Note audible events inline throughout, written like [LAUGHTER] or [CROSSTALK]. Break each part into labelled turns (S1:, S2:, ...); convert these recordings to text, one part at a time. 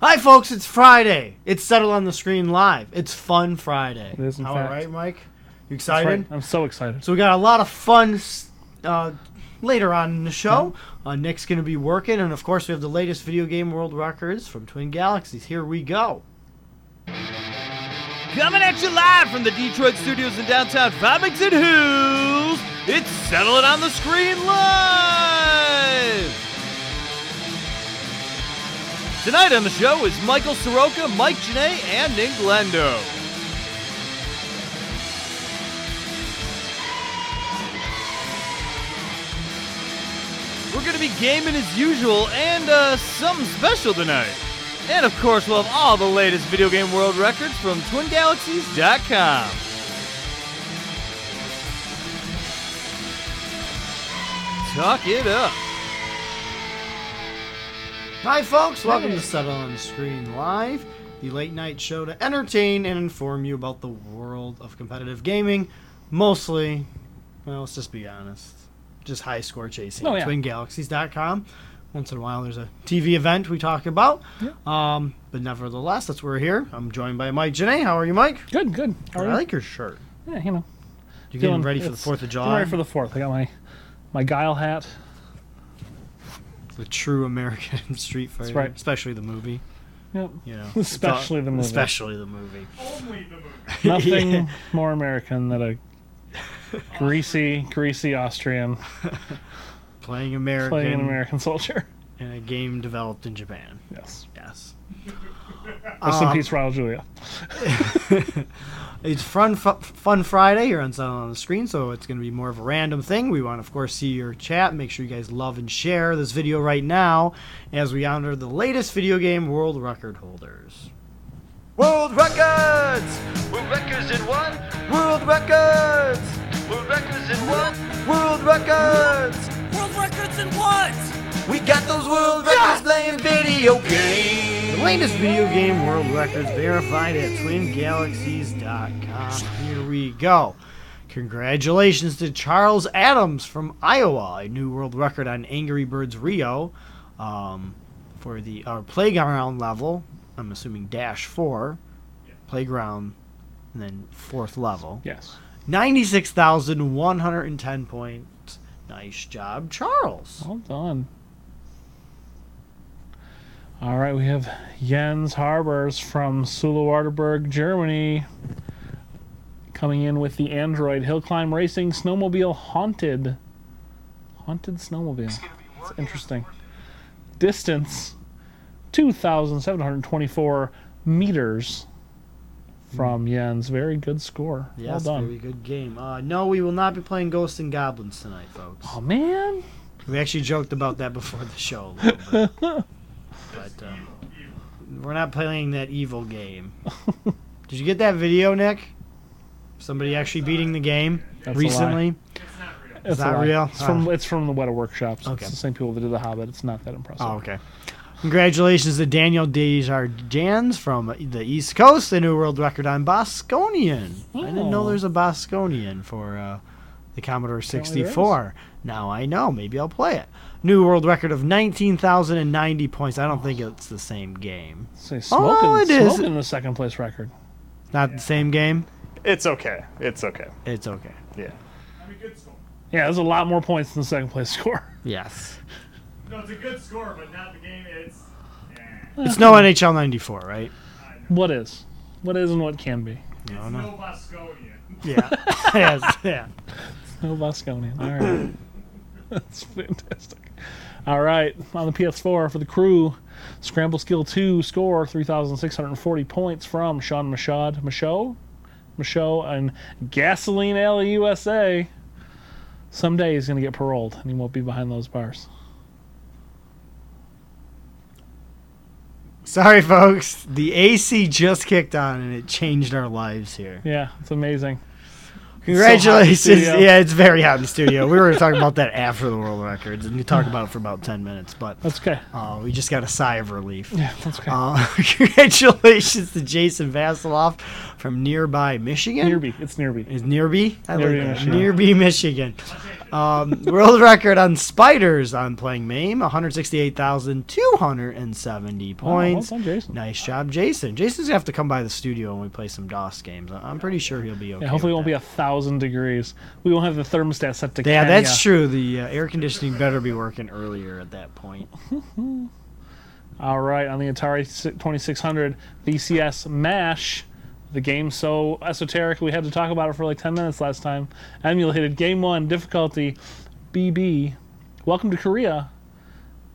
S1: Hi, folks. It's Friday. It's Settle on the Screen Live. It's Fun Friday.
S2: It is, in
S1: All
S2: fact.
S1: right, Mike? You
S2: That's
S1: excited?
S2: right. I'm so excited.
S1: So we got a lot of fun s- uh, later on in the show. Uh, Nick's going to be working, and of course, we have the latest video game world records from Twin Galaxies. Here we go.
S3: Coming at you live from the Detroit studios in downtown Farmington Hills, it's Settle It On The Screen Live! Tonight on the show is Michael Soroka, Mike Janae, and Nick Glendo. We're going to be gaming as usual and uh, something special tonight. And of course, we'll have all the latest video game world records from TwinGalaxies.com. Talk it up.
S1: Hi, folks. Welcome
S2: Hey.
S1: to Settle on the Screen Live, the late night show to entertain and inform you about the world of competitive gaming. Mostly, well, let's just be honest, just high score chasing.
S2: Oh, yeah.
S1: TwinGalaxies.com. Once in a while, there's a TV event we talk about.
S2: Yeah.
S1: Um, but nevertheless, that's where we're here. I'm joined by Mike Janae. How are you, Mike?
S2: Good, good. How are
S1: I
S2: you?
S1: like your shirt.
S2: Yeah, you know.
S1: You getting
S2: feeling-
S1: ready for the
S2: it's-
S1: 4th of
S2: I'm
S1: July?
S2: ready for the fourth. I got my my guile hat.
S1: the true American [LAUGHS] street fighter,
S2: right.
S1: especially the movie. [LAUGHS]
S2: Yep.
S1: You know, It's all-
S2: [LAUGHS] Especially the movie.
S1: Especially the movie.
S2: [LAUGHS] Nothing more American than a greasy, greasy Austrian
S1: [LAUGHS] Playing American,
S2: playing an American soldier. [LAUGHS]
S1: in a game developed in Japan.
S2: Yes.
S1: Yes.
S2: [LAUGHS] Rest
S1: Um,
S2: in peace, Raul Julia.
S1: [LAUGHS] It's fun, fu- fun Friday here on Sound on the Screen, so it's going to be more of a random thing. We want, to, of course, see your chat. Make sure you guys love and share this video right now as we honor the latest video game world record holders.
S3: World records! World records in one! World records! World records in one! World records!
S4: World records in what?
S3: We got those world records playing video games!
S1: The latest video game world records verified at twingalaxies.com. Here we go. Congratulations to Charles Adams from Iowa, a new world record on Angry Birds Rio um, for the our playground level. I'm assuming dash four, playground, and then fourth level.
S2: Yes.
S1: 96,110 points. Nice job, Charles.
S2: Well done. All right, we have Jens Harbers from Sulawarterberg, Germany, coming in with the Android Hill Climb Racing Snowmobile Haunted. Haunted Snowmobile. It's interesting. Distance 2,724 meters from Jens. Very good score.
S1: Hmm. Yes,
S2: well
S1: very
S2: done.
S1: good game. Uh, no, we will not be playing Ghosts and Goblins tonight, folks.
S2: Oh, man.
S1: We actually joked about that before the show a
S2: [LAUGHS]
S1: little bit. but um, we're not playing that evil game. Did you get that video, Nick? Somebody actually beating the game
S2: That's a lie.
S1: recently.
S2: It's,
S1: not
S2: a lie.
S1: real? Ah.
S2: It's from it's from the Weta Workshops.
S1: Okay.
S2: It's the same people that did The Hobbit. It's not that impressive.
S1: Oh, okay. Congratulations to Daniel Desjardins from the East Coast, the new world record on Bosconian. I didn't know
S2: Oh.
S1: there's a Bosconian for uh, the Commodore
S2: Apparently there is.
S1: 64. Now I know. Maybe I'll play it. New world record of 19,090 points. I don't think it's the same game.
S2: Say smoking,
S1: Oh, it is.
S2: smoking the second place record.
S1: Not the same game?
S5: It's okay. It's okay.
S1: It's okay.
S5: Yeah.
S6: I mean, good score.
S2: Yeah, there's a lot more points than the second place [LAUGHS] score.
S1: Yes.
S6: No, it's a good score, but not the game. It's. Yeah.
S5: Oh,
S1: It's no NHL 94, right?
S2: What is? What is and what can be?
S6: It's no Bosconia.
S1: Yeah. [LAUGHS] yes. Yeah.
S2: No Bosconian. Oh, All right. [LAUGHS] That's fantastic. All right, on the PS4 for the crew, Scramble Skill 2 score 3,640 points from Sean Machad, Macho, Macho, and Gasoline Alley USA. Someday he's going to get paroled and he won't be behind those bars.
S1: Sorry, folks. The AC just kicked on and it changed our lives here.
S2: Yeah, it's amazing.
S1: Congratulations.
S2: So hot in the studio.
S1: yeah, it's very hot in the studio. We were talking about that after the world records, and we talked about it for about 10 minutes, but
S2: That's okay.
S1: uh, we just got a sigh of relief.
S2: Yeah, that's okay.
S1: Uh, [LAUGHS] congratulations to Jason Vasiloff from nearby Michigan.
S2: Nearby. It's Nearby.
S1: Is Nearby? I
S2: Nearby,
S1: like that.
S2: Michigan.
S1: Nearby, Michigan. Um, world record on spiders on playing MAME, 168,270 points.
S2: well done, Jason.
S1: Nice job, Jason. Jason's going to have to come by the studio when we play some DOS games. I- I'm pretty sure he'll be okay.
S2: Yeah, hopefully it
S1: with
S2: won't be a thousand degrees. We won't have the thermostat set to
S1: that.
S2: [LAUGHS]
S1: Yeah,
S2: Kenya.
S1: that's true. The uh, air conditioning better be working earlier at that point.
S2: All right, on the Atari si- 2600 VCS MASH, the game so esoteric we had to talk about it for like 10 minutes last time. Emulated game one difficulty BB. Welcome to Korea.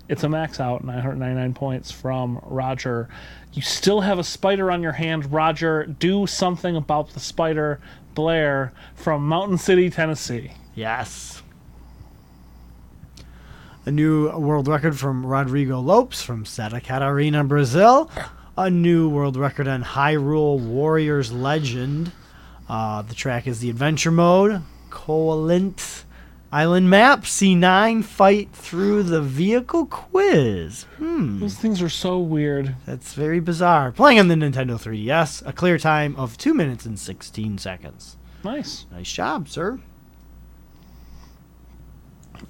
S2: It's a max out, 999 points from Roger. You still have a spider on your hand, Roger. Do something about the spider, Blair, from Mountain City, Tennessee.
S1: Yes. A new world record from Rodrigo Lopes from Santa Catarina, Brazil. A new world record on Hyrule Warriors Legend. Uh, the track is the adventure mode. Coalint Island map. C9 fight through the vehicle quiz. Hmm.
S2: Those things are so weird.
S1: That's very bizarre. Playing on the Nintendo 3DS. A clear time of 2 minutes and 16 seconds.
S2: Nice.
S1: Nice job, sir.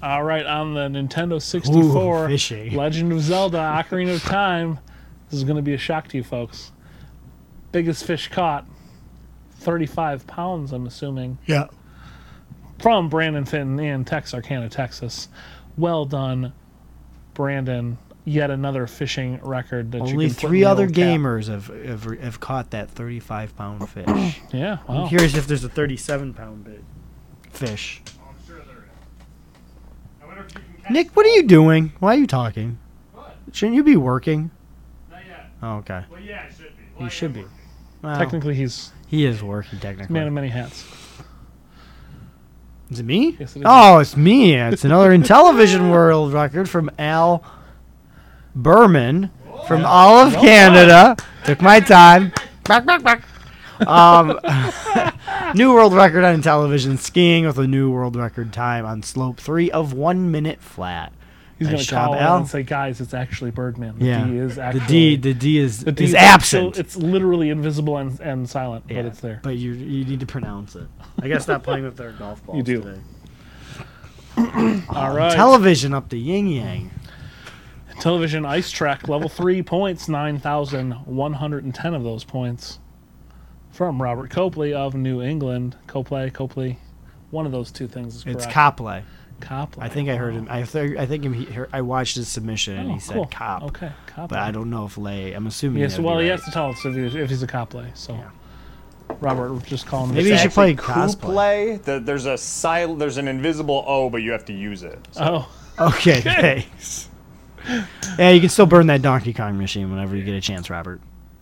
S2: All right, on the Nintendo
S1: Ooh,
S2: 64,
S1: fishy.
S2: Legend of Zelda: Ocarina of Time. This is going to be a shock to you folks. Biggest fish caught, 35 pounds, I'm assuming,
S1: Yeah.
S2: from Brandon Fenton in Texarkana, Texas. Well done, Brandon. Yet another fishing record that
S1: Only
S2: you can put in
S1: three
S2: your
S1: other
S2: old cap.
S1: gamers have, have have caught that 35 pound [CLEARS THROAT] fish.
S2: Yeah,
S1: I'm
S2: wow.
S1: curious if there's a 37 pound bit fish.
S6: [LAUGHS] Oh, I'm sure there is. I wonder if you can catch
S1: Nick, what are you doing? Why are you talking?
S6: What?
S1: Shouldn't you be working?
S6: Not yet.
S1: Oh, okay.
S6: Well, yeah, it should be. Well,
S1: He
S6: I
S1: should
S6: am
S1: be.
S6: working.
S1: Well,
S2: Technically, he's
S1: he is working
S2: a man
S1: technically.
S2: of many hats.
S1: Is it me?
S2: Yes, it is.
S1: Oh, it's me. It's another Intellivision world record from Al Berman from all of Canada. Took my time. Back, back, back. Um, [LAUGHS] new world record on television skiing with a new world record time on slope three of one minute flat.
S2: He's
S1: Nice
S2: going to
S1: job,
S2: call in
S1: Al.
S2: and say, "Guys, it's actually Birdman. The
S1: Yeah.
S2: D is actually
S1: The D, the D is,
S2: The D
S1: is
S2: is
S1: absent.
S2: actual- it's literally invisible and, and silent,
S1: Yeah,
S2: but it's there.
S1: But you you need to pronounce it. I gotta stop playing with their golf balls.
S2: do.
S1: Today.
S2: All right.
S1: Television up the yin yang.
S2: Television Ice Track, level three points, 9,110 of those points from Robert Copley of New England. Copley, Copley. One of those two things is correct.
S1: It's Copley.
S2: Copley.
S1: I think I heard him. I, th- I think him, he, I watched his submission and
S2: Oh,
S1: he said
S2: cool.
S1: cop.
S2: Okay, Copley.
S1: But I don't know if Lay. I'm assuming.
S2: Yes,
S1: that'd
S2: well,
S1: be
S2: he
S1: right.
S2: has to tell us if, he, if he's a Copley. So
S1: Yeah.
S2: Robert was just calling him.
S1: Maybe
S2: a
S1: you should
S2: Copley.
S1: play cosplay.
S5: Couplay. The, there's a sil- There's an invisible O, but you have to use it. So
S2: Oh,
S1: Okay,
S2: [LAUGHS]
S1: thanks. yeah, you can still burn that Donkey Kong machine whenever you get a chance, Robert.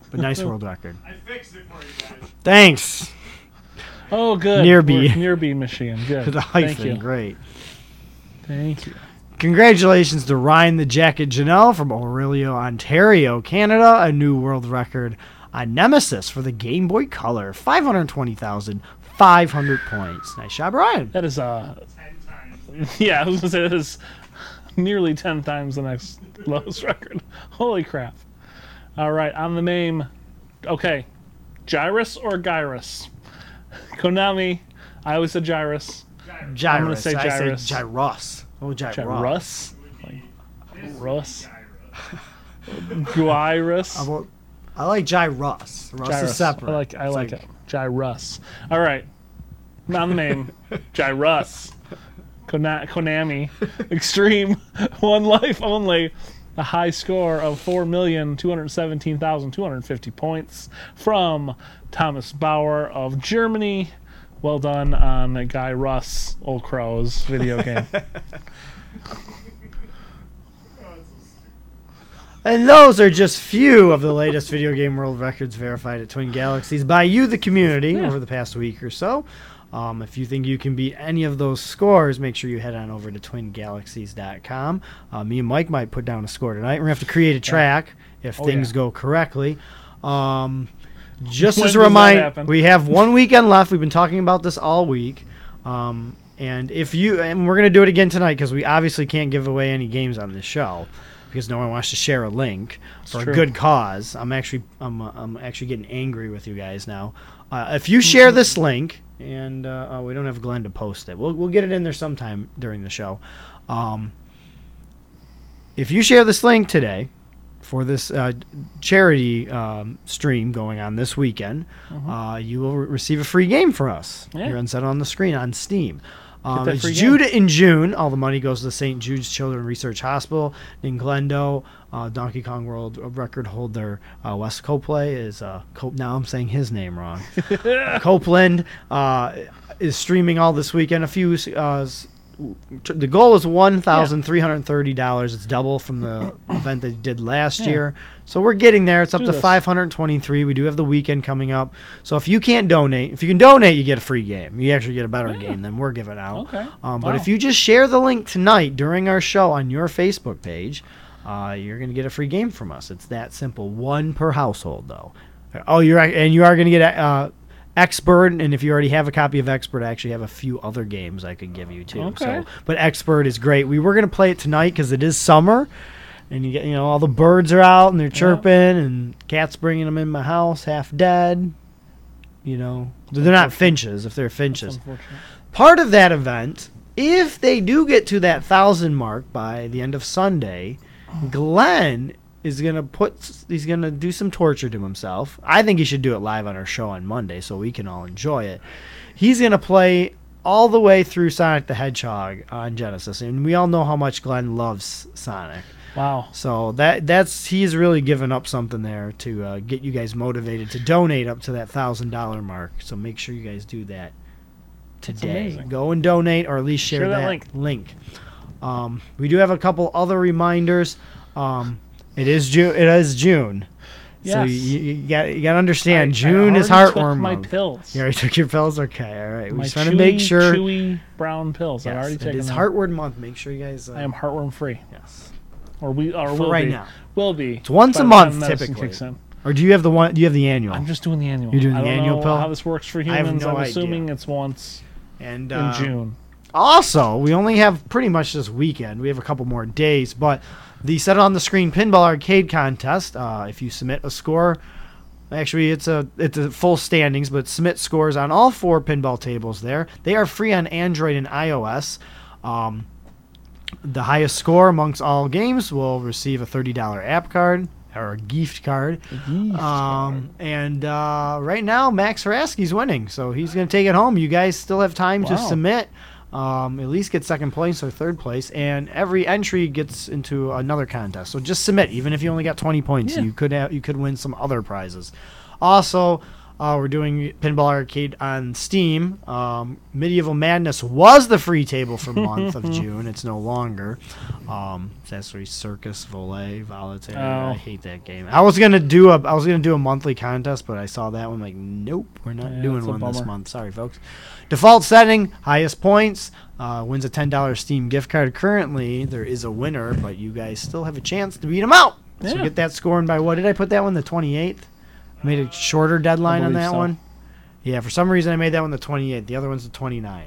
S1: But
S2: [LAUGHS]
S1: nice world record.
S6: I fixed it for you guys.
S1: Thanks [LAUGHS]
S2: oh, good.
S1: Near B.
S2: We're Near B machine. Good.
S1: [LAUGHS] for the
S2: Thank
S1: hyphen.
S2: you.
S1: Great.
S2: Thank you.
S1: Congratulations to Ryan the Jacket Janelle from Aurelio, Ontario, Canada. A new world record on Nemesis for the Game Boy Color. 520,500 points. Nice job, Ryan.
S2: That is uh, [LAUGHS]
S6: Ten times.
S2: Yeah, I was gonna say that is nearly ten times the next [LAUGHS] lowest record. Holy crap! All right, on the MAME. Okay, Gyrus or Gyrus? [LAUGHS] Konami. I always said Gyrus.
S1: Gyrus.
S2: gonna say
S1: I said
S2: Gyrus.
S1: Gyros. Oh, Gyros.
S2: Gyrus. Like, Russ.
S6: [LAUGHS] Oh,
S2: Gyrus.
S1: I, will- I like Gyros. Ross is
S2: Gyrus.
S1: separate.
S2: I like I
S1: It's
S2: like it. Gyrus. All right. Not
S1: [LAUGHS]
S2: the name. Gyrus. Kona- Konami. Extreme. [LAUGHS] One life only. A high score of 4,217,250 points from Thomas Bauer of Germany. Well done on Guy Russ, Old Crow's
S1: [LAUGHS]
S2: video game.
S1: And those are just few of the latest video game world records verified at Twin Galaxies by you, the community, over the past week or so. Um, if you think you can beat any of those scores, make sure you head on over to twingalaxies.com. Uh, me and Mike might put down a score tonight. We're going to have to create a track if things
S2: Oh, yeah.
S1: go correctly. Um, just
S2: When
S1: as a
S2: does that
S1: reminder,
S2: happen?
S1: we have one weekend left. We've been talking about this all week. Um, and if you and we're gonna do it again tonight because we obviously can't give away any games on this show because no one wants to share a link for
S2: true.
S1: a good
S2: Mm-hmm.
S1: cause. I'm actually I'm, uh, I'm actually getting angry with you guys now. Uh, if you share this link and uh, oh, we don't have Glenn to post it. We'll we'll get it in there sometime during the show. Um, if you share this link today for this uh, charity um, stream going on this weekend, uh, you will re- receive a free game from us.
S2: Mm-hmm. Yeah.
S1: Here on set on the screen on Steam. Um,
S2: that
S1: it's
S2: free game.
S1: Jude in June. All the money goes to the St. Jude's Children Research Hospital. Ninglendo, uh, Donkey Kong World record holder uh, Wes Copley is. Uh, Cop- now I'm saying his name wrong.
S2: [LAUGHS]
S1: Copeland uh, is streaming all this weekend. A few. Uh, s- tr- the goal is one thousand three hundred thirty dollars. It's double from the [COUGHS] event they did last year. So we're getting there. It's up
S2: Do
S1: to
S2: this.
S1: five hundred twenty-three. We do have the weekend coming up. So if you can't donate, if you can donate, you get a free game. You actually get a better game than we're giving out.
S2: Okay.
S1: Um, but
S2: Wow.
S1: if you just share the link tonight during our show on your Facebook page, uh, you're gonna get a free game from us. It's that simple. One per household, though. Oh, you're ac- and you are gonna get uh, Expert, and if you already have a copy of Expert, I actually have a few other games I could give you too.
S2: Okay.
S1: So, but Expert is great. We were gonna play it tonight because it is summer, and you get you know all the birds are out and they're chirping, and cats bringing them in my house half dead. You know, they're not finches. If they're finches,
S2: Unfortunate.
S1: part of that event, if they do get to that thousand mark by the end of Sunday, Glenn is gonna put he's gonna do some torture to himself. I think he should do it live on our show on Monday so we can all enjoy it. He's gonna play all the way through Sonic the Hedgehog on Genesis, and we all know how much Glenn loves Sonic.
S2: Wow.
S1: So that that's he's really given up something there to uh, get you guys motivated to donate up to that thousand dollar mark. So make sure you guys do that today.
S2: amazing.
S1: Go and donate, or at least share,
S2: Share that
S1: that,
S2: link.
S1: Um, we do have a couple other reminders. Um, it is June. It is June. So
S2: Yes.
S1: you, you got you got to understand.
S2: I- I
S1: June is
S2: already took
S1: heartworm
S2: My
S1: month.
S2: pills.
S1: You already took your pills. Okay, all right. We
S2: my
S1: just want to make
S2: chewy,
S1: sure.
S2: chewy brown pills. I've
S1: Yes,
S2: already
S1: it
S2: taken
S1: is
S2: them.
S1: heartworm month. Make sure you guys. Uh,
S2: I am heartworm free,
S1: Yes.
S2: or we or
S1: For
S2: will
S1: right
S2: be.
S1: now.
S2: Will be. It's
S1: once a month, typically. Or do you have the one? Do you have the annual?
S2: I'm just doing the annual.
S1: You're doing
S2: I
S1: the
S2: don't
S1: annual
S2: know
S1: pill?
S2: How this works for
S1: have
S2: humans?
S1: no
S2: I'm
S1: idea.
S2: assuming it's once
S1: and
S2: in
S1: uh,
S2: June.
S1: Also, we only have pretty much this weekend. We have a couple more days, but the set on the screen pinball arcade contest. Uh, if you submit a score, actually, it's a it's a full standings, but submit scores on all four pinball tables. There, they are free on Android and iOS. Um, the highest score amongst all games will receive a thirty dollar app card or a gift card. Um, and uh, right now, Max Haraski's winning, so he's going to take it home. You guys still have time to
S2: Wow.
S1: submit. Um, at least get second place or third place, and every entry gets into another contest. So just submit, even if you only got 20 points,
S2: Yeah.
S1: you could have, you could win some other prizes. Also, uh, we're doing Pinball Arcade on Steam. Um, Medieval Madness was the free table for month
S2: [LAUGHS]
S1: of June. It's no longer. Um, Sessory Circus Volet Volitaire.
S2: Oh.
S1: I hate that game. I was gonna do a I was gonna do a monthly contest, but I saw that one like, nope, we're not
S2: Yeah,
S1: doing
S2: it's a
S1: one this
S2: bummer.
S1: month. Sorry, folks. Default setting, highest points, uh, wins a ten dollar Steam gift card. Currently, there is a winner, but you guys still have a chance to beat him out. So
S2: Yeah.
S1: get that score in by what did I put that one? The twenty eighth. Made a shorter deadline on
S2: believe
S1: that
S2: so.
S1: one. Yeah, for some reason I made that one the 28th. The other one's the 29th.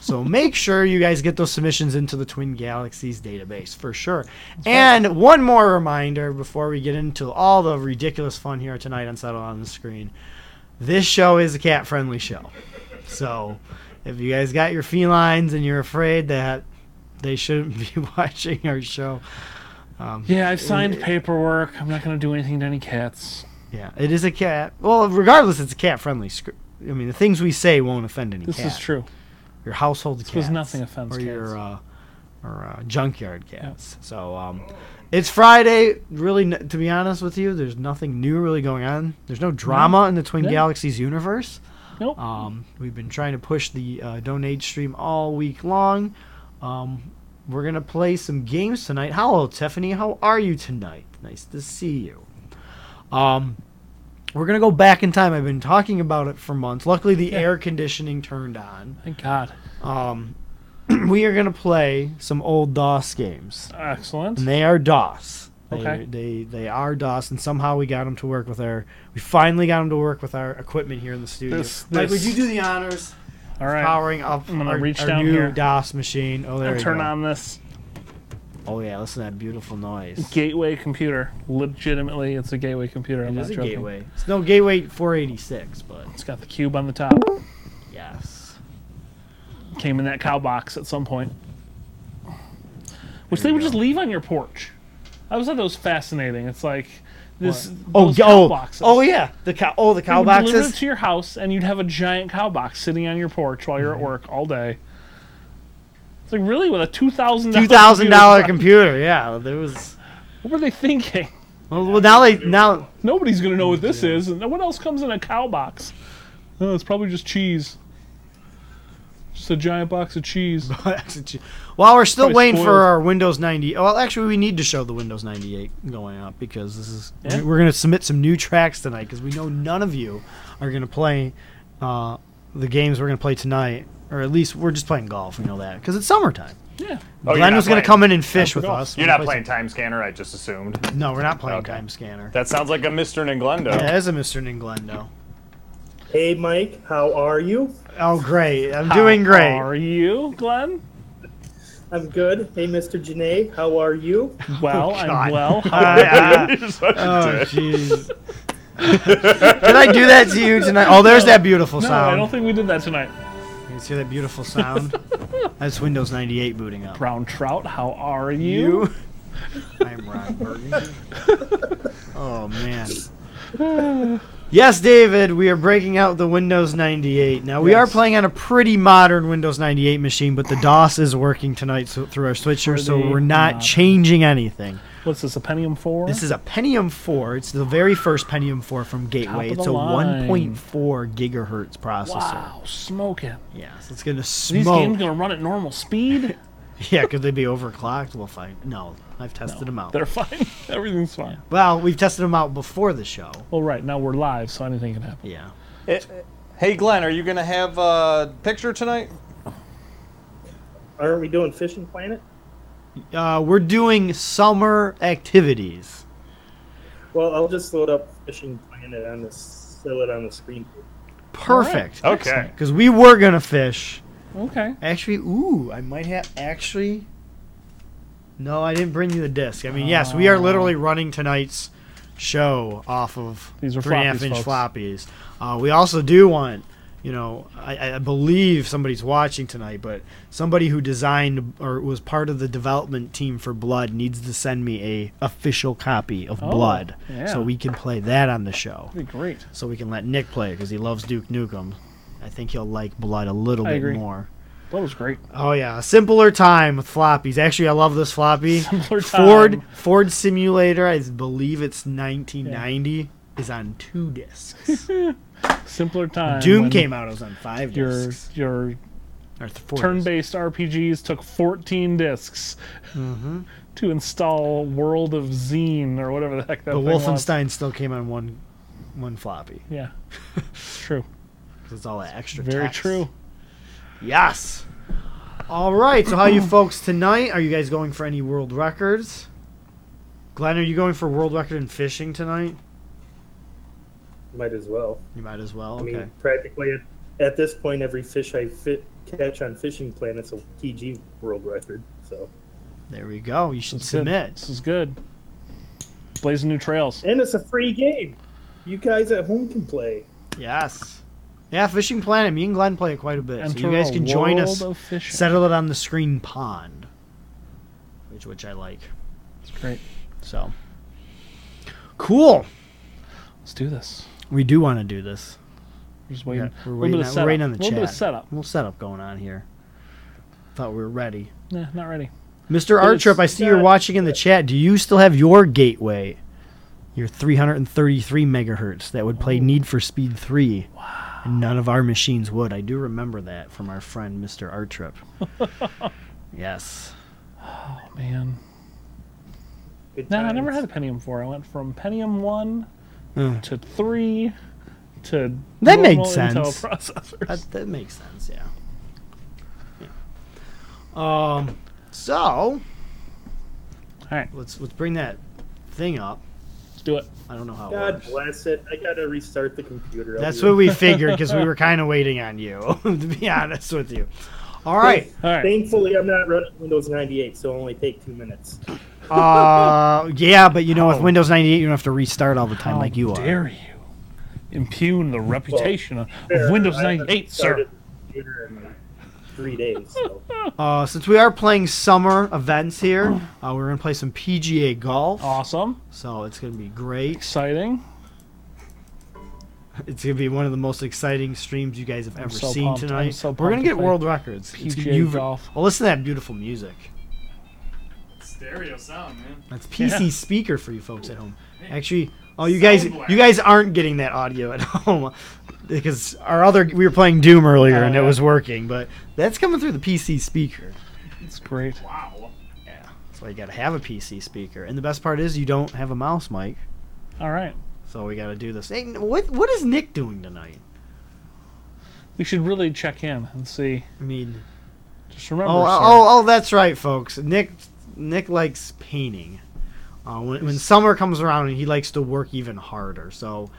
S1: So make sure you guys get those submissions into the Twin Galaxies database for sure. and one more reminder before we get into all the ridiculous fun here tonight on Settle on the Screen. This show is a cat friendly show. So if you guys got your felines and you're afraid that they shouldn't [LAUGHS] be watching our show, um,
S2: Yeah, I've signed paperwork. I'm not going to do anything to any cats.
S1: yeah, it is a cat. Well, regardless, it's a cat friendly script. I mean, the things we say won't offend any
S2: This
S1: cat.
S2: is true.
S1: Your household cats.
S2: was nothing offends
S1: Or your uh, or uh, junkyard cats. So um, it's Friday. Really, n- to be honest with you, there's nothing new really going on. There's no drama in the Twin
S2: No.
S1: Galaxies universe.
S2: Nope.
S1: Um, we've been trying to push the uh, donate stream all week long. Um, we're gonna play some games tonight. Hello, Tiffany. How are you tonight? Nice to see you. Um, we're gonna go back in time. I've been talking about it for months. Luckily, the air conditioning turned on.
S2: Thank God.
S1: Um, [CLEARS THROAT] we are gonna play some old DOS games.
S2: Excellent.
S1: And they are DOS. They,
S2: Okay.
S1: They they are DOS, and somehow we got them to work with our. We finally got them to work with our equipment here in the studio.
S2: This-
S1: Mike,
S2: this-
S1: would you do the honors?
S2: All right.
S1: Powering up
S2: I'm gonna
S1: our,
S2: reach
S1: our
S2: down
S1: new
S2: here.
S1: DOS machine. Oh, there
S2: I'll
S1: we
S2: turn
S1: go.
S2: on this
S1: Oh yeah, listen to that beautiful noise.
S2: gateway computer. Legitimately, it's a gateway computer. I'm
S1: It
S2: not
S1: is a
S2: joking.
S1: gateway. It's no gateway 486, but
S2: It's got the cube on the top.
S1: yes.
S2: came in that cow box at some point, which they would just leave on your porch. I always thought that was fascinating. It's like this.
S1: Oh,
S2: those
S1: yeah,
S2: cow
S1: oh,
S2: boxes.
S1: oh yeah, the cow. Oh, the cow
S2: You would Deliver it
S1: boxes.
S2: to your house, and you'd have a giant cow box sitting on your porch while you're at work all day. It's like really with a two thousand
S1: Two thousand dollar computer. Yeah, there was.
S2: What were they thinking?
S1: Well, well, now they now
S2: Nobody's gonna know what this is, and what else comes in a cow box? Oh, it's probably just cheese. Just a giant box of cheese.
S1: [LAUGHS] While we're still
S2: Probably
S1: waiting for
S2: spoiled.
S1: our Windows 90, well, actually, we need to show the Windows 98 going up because this is
S2: Yeah.
S1: we're going to submit some new tracks tonight because we know none of you are going to play uh, the games we're going to play tonight, or at least we're just playing golf. We know that because it's summertime.
S2: Yeah.
S5: Oh, you're
S1: Glenn
S5: not
S1: was going to
S5: playing-
S1: come in and fish with
S2: golf.
S1: us.
S5: You're
S1: We're
S5: not
S1: gonna
S5: playing
S1: play
S5: Time Scanner, I just assumed.
S1: some- no, we're not playing
S5: Okay. Oh.
S1: Time Scanner.
S5: That sounds like a Mr. Ninglendo. [LAUGHS]
S1: yeah, as a Mr. Ninglendo.
S4: Hey, Mike, how are you?
S1: Oh, great! I'm doing great.
S2: Are you, Glenn?
S4: I'm good. Hey, Mr. Janae, how are you?
S1: [LAUGHS]
S2: Well,
S1: Oh, God. Uh,
S2: I'm well. How-
S1: I- I-
S5: You're such a
S1: oh,
S5: [LAUGHS] dick.
S1: jeez. Did I do that to you tonight? Oh, there's that beautiful
S2: [LAUGHS] no,
S1: sound.
S2: I don't think we did that tonight.
S1: You see that beautiful sound? That's Windows 98 booting up.
S2: Brown trout, how are you?
S1: You? I'm Ron Burgundy.
S2: [LAUGHS]
S1: Oh, man.
S2: [SIGHS]
S1: Yes, David, we are breaking out the Windows 98. Now, we are
S2: Yes.
S1: playing on a pretty modern Windows 98 machine,
S2: [SIGHS]
S1: but the DOS is working tonight so, through our switcher, so
S2: Pretty
S1: we're not
S2: modern.
S1: changing anything.
S2: What's this? A Pentium four?
S1: This is a Pentium 4. It's the very first Pentium 4 from Gateway.
S2: of
S1: It's
S2: the
S1: a
S2: line.
S1: 1.4 gigahertz processor.
S2: wow, smoking.
S1: Yeah, so it's going to
S2: Are These games
S1: smoke.
S2: gonna run at
S1: [LAUGHS]
S2: normal speed? [LAUGHS]
S1: Yeah, could they be overclocked? We'll find. No, I've tested them out.
S2: They're fine. [LAUGHS] Everything's fine.
S1: Well, we've tested them out before the show.
S2: Well, right now we're live, so anything can happen.
S1: Yeah.
S5: [LAUGHS] Hey, Glenn, are you going to have a picture tonight?
S4: Aren't we doing Fishing Planet?
S1: Uh, we're doing summer activities.
S4: Well, I'll just load up Fishing Planet on this, fill it on the screen.
S1: Perfect.
S5: Okay.
S1: Because we were going to fish.
S2: Okay.
S1: Actually, ooh, I might have. Actually. No, I didn't bring you the disc. I mean, yes, we are literally running tonight's show off of
S2: Oh. These are
S1: three and a half
S2: floppies, folks.
S1: inch floppies. Uh, we also do want, you know, I, I believe somebody's watching tonight, but somebody who designed or was part of the development team for Blood needs to send me a official copy of
S2: Oh,
S1: Blood
S2: yeah.
S1: so we can play that on the show.
S2: That'd be great.
S1: So we can let Nick play it because he loves Duke Nukem. I think he'll like Blood a little
S2: I
S1: bit
S2: agree.
S1: more.
S2: That was great.
S1: Oh yeah, a simpler time with floppies. Actually, I love this floppy.
S2: [LAUGHS] Simpler
S1: Ford
S2: time.
S1: Ford Simulator, I believe it's 1990, is on two
S2: [LAUGHS]
S1: discs.
S2: Simpler time.
S1: Doom
S2: when
S1: came out, it was on five
S2: Your
S1: discs.
S2: your
S1: Or th- four discs.
S2: turn-based RPGs took 14 discs
S1: Mm-hmm.
S2: [LAUGHS] to install World of Zine or whatever the heck that
S1: But
S2: thing was.
S1: Wolfenstein still came on one, one floppy.
S2: Yeah, [LAUGHS] it's true.
S1: 'cause it's all that extra.
S2: Very
S1: text.
S2: true.
S1: Yes. All right. So how
S2: [CLEARS THROAT]
S1: you folks tonight? Are you guys going for any world records? Glenn, are you going for world record in fishing tonight?
S4: Might as well.
S1: You might as well.
S4: I
S1: Okay.
S4: mean, practically at, at this point, every fish I fit catch on Fishing Planet's a TG world record. So,
S1: There we go. You should
S2: This is good.
S1: submit.
S2: This is good. Blazing new trails.
S4: and it's a free game. You guys at home can play.
S1: Yes. Yeah, Fishing Planet. Me and Glenn play it quite a bit,
S2: Enter
S1: so you guys
S2: a
S1: can join
S2: world
S1: us.
S2: Of fishing.
S1: Settle it on the screen pond, which which I like.
S2: It's great.
S1: So cool.
S2: Let's do this.
S1: We do want to do this.
S2: We're just waiting.
S1: we're
S2: A little
S1: waiting.
S2: bit of
S1: on, we're waiting
S2: setup.
S1: on the
S2: A little bit of
S1: chat.
S2: setup.
S1: A little setup going on here. Thought we were ready.
S2: Nah, not ready.
S1: Mr.
S2: But it's
S1: Artrip, I see you're
S2: not-
S1: watching in the chat. Do you still have your gateway? Your 333 megahertz that would play Need for Speed 3. Wow. None of our machines would. I do remember that from our friend Mr. [LAUGHS] Artrip. yes.
S2: Oh man.
S4: Good
S2: No, I never
S4: times.
S2: had a Pentium 4. I went from Pentium 1
S1: Mm.
S2: to 3 to
S1: That made
S2: normal Intel
S1: sense.
S2: processors.
S1: That, that makes sense, yeah. yeah. Um so,
S2: All right,
S1: let's let's bring that thing up.
S2: let's do it.
S1: I don't know how it
S4: God
S1: works.
S4: bless it. I gotta restart the computer. I'll
S1: That's
S4: be
S1: what we figured because we were kind of waiting on you, [LAUGHS] to be honest with [LAUGHS] you. All right.
S2: All right.
S4: Thankfully, I'm not running Windows 98, so it'll only take two minutes.
S1: Uh, yeah, but you know,
S2: Oh.
S1: with Windows 98, you don't have to restart all the time like you
S2: How
S1: are.
S2: dare you impugn the reputation of, of
S4: Fair,
S2: Windows
S4: I haven't
S2: 98, sir?
S4: started the computer in, like, three days. So.
S1: Uh, since we are playing summer events here, uh, we're gonna play some PGA golf.
S2: Awesome.
S1: So it's gonna be great.
S2: Exciting.
S1: It's gonna be one of the most exciting streams you guys have ever
S2: so
S1: seen
S2: pumped. I'm
S1: tonight.
S2: so
S1: we're gonna
S2: pumped to
S1: get
S2: play
S1: world records. It's gonna-
S2: PGA
S1: you've-
S2: golf.
S1: Well, listen to that beautiful music.
S6: Stereo sound, man.
S1: That's PC
S2: Yeah.
S1: speaker for you folks at home. Actually, oh, you guys, you guys aren't getting that audio at [LAUGHS] home because our other we were playing Doom earlier and it
S2: Oh, yeah.
S1: was working, but that's coming through the PC speaker.
S2: It's great.
S6: Wow.
S1: That's why you gotta have a PC speaker. And the best part is you don't have a mouse mic,
S2: All right.
S1: so we gotta do this. Hey, what what is Nick doing tonight?
S2: We should really check in and see.
S1: I mean,
S2: Just remember.
S1: oh,
S2: sir,
S1: oh, oh, that's right, folks. Nick, Nick likes painting. Uh, when, when summer comes around, he likes to work even harder. So,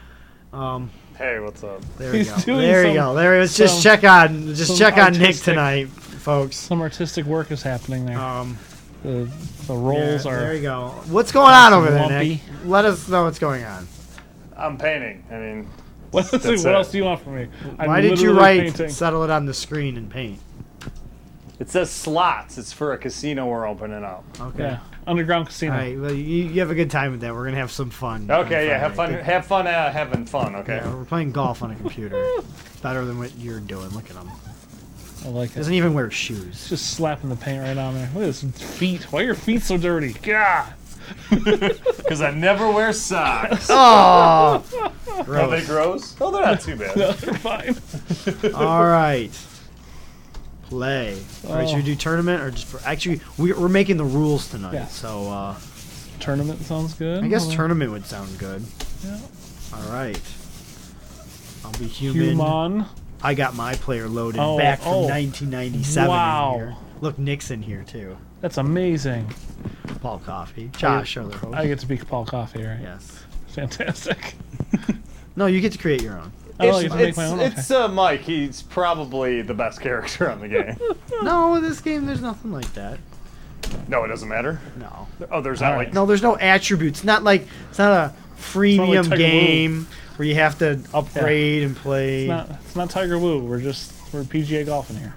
S1: um,
S5: Hey, what's up?
S1: there we
S2: He's
S1: go.
S2: doing
S1: There you
S2: some-
S1: go. There it is.
S2: some-
S1: Just check on,
S2: some
S1: just check on Nick
S2: artistic-
S1: tonight, folks.
S2: Some artistic work is happening
S5: Uh,
S2: there.
S1: Um,
S2: the, the rolls
S1: yeah,
S2: are. [LAUGHS]
S1: there you go. What's going on over there,
S2: lumpy.
S1: Nick? Let us know what's going on.
S5: I'm painting. I mean,
S2: What, else-
S5: That's
S2: what
S5: it.
S2: else do you want from me? I'm
S1: Why did you
S2: literally
S1: write
S2: painting.
S1: "settle it on the screen" and paint?
S5: it says slots. It's for a casino we're opening up.
S1: Okay.
S2: Yeah, underground
S1: All
S2: casino.
S1: right. Well, you, you have a good time with that. We're gonna have some fun. on
S5: Okay, yeah. Have fun.
S1: Friday.
S5: Have fun. Uh, having fun. Okay.
S1: Yeah, we're playing golf on a computer. Better than what you're doing. Look at him.
S2: I like it.
S1: Doesn't even wear shoes.
S5: [LAUGHS]
S2: Just slapping the paint right on there. Look at his feet. Why are your feet so dirty?
S5: [LAUGHS]
S2: God.
S5: Because I never
S2: [LAUGHS]
S5: wear socks.
S1: Oh,
S5: Are they gross? Oh, they're not too
S2: [LAUGHS]
S5: bad.
S2: No, they're fine.
S1: All right. Play. All right, should we
S5: Oh.
S1: do tournament or just for, actually we, we're making the rules tonight.
S2: Yeah.
S1: So uh,
S2: Tournament sounds good.
S1: I guess
S2: Although-
S1: tournament would sound good.
S2: Yeah.
S1: All right. I'll be human.
S2: Human.
S1: I got my player loaded
S2: Oh,
S1: back from
S2: oh.
S1: 1997. in
S2: Wow.
S1: here. Look, Nick's in here too.
S2: That's amazing.
S1: Paul Coffey, Josh, other
S2: I get to be Paul Coffee, right?
S1: Yes.
S2: Fantastic.
S1: No, you get to create your own.
S2: I
S5: It's,
S2: like to make
S5: it's,
S2: my own.
S5: it's, uh, Mike. He's probably the best [LAUGHS] character on the game.
S1: No, this game there's nothing like that.
S5: no, it doesn't matter.
S1: No.
S5: Oh, there's not like
S1: No, there's no attributes. Not like it's not a freemium
S2: Tiger Woods.
S1: game where you have to upgrade and play.
S2: It's not, it's not Tiger Woo. We're just we're PGA golfing here.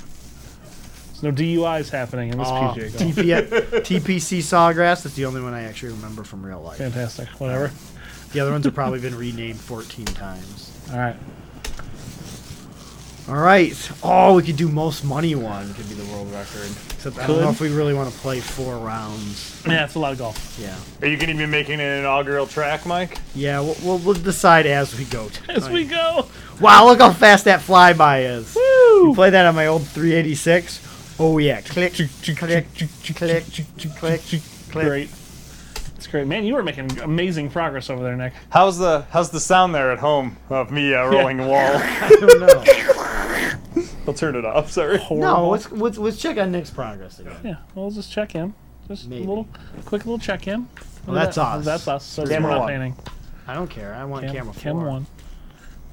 S2: There's no DUIs happening in this
S1: Aw,
S2: PGA golf.
S1: TP, TPC Sawgrass. That's the only one I actually remember from real life.
S2: Fantastic. Whatever.
S1: The other ones have probably been renamed 14 times.
S2: All right.
S1: All right. Oh, we could do most money one. Could be the world record. Except I don't know
S2: Could.
S1: if we really want to play four rounds.
S2: Yeah, it's a lot of golf.
S1: Yeah.
S5: Are you going to be making an inaugural track, Mike?
S1: Yeah. We'll, we'll, we'll decide as we go. Tonight.
S2: As we go.
S1: Wow! Look how fast that flyby is.
S2: Woo!
S1: Play that on my old 386. Oh yeah, click, click, click, click, click, [LAUGHS] click.
S2: Great. It's great. Man, you were making amazing progress over there, Nick.
S5: How's the how's the sound there at home of me uh, rolling the wall? [LAUGHS]
S1: I don't know.
S5: I'll turn it off. Sorry.
S1: No, let's, let's let's check on Nick's progress again.
S2: Yeah, we'll just check in. Just
S1: Maybe.
S2: a little, quick little check in.
S1: Well, that's us.
S2: That's us. So
S5: Camera
S2: we're not
S5: one.
S2: painting.
S1: I don't care. I want
S2: Cam,
S1: camera four.
S2: cam one.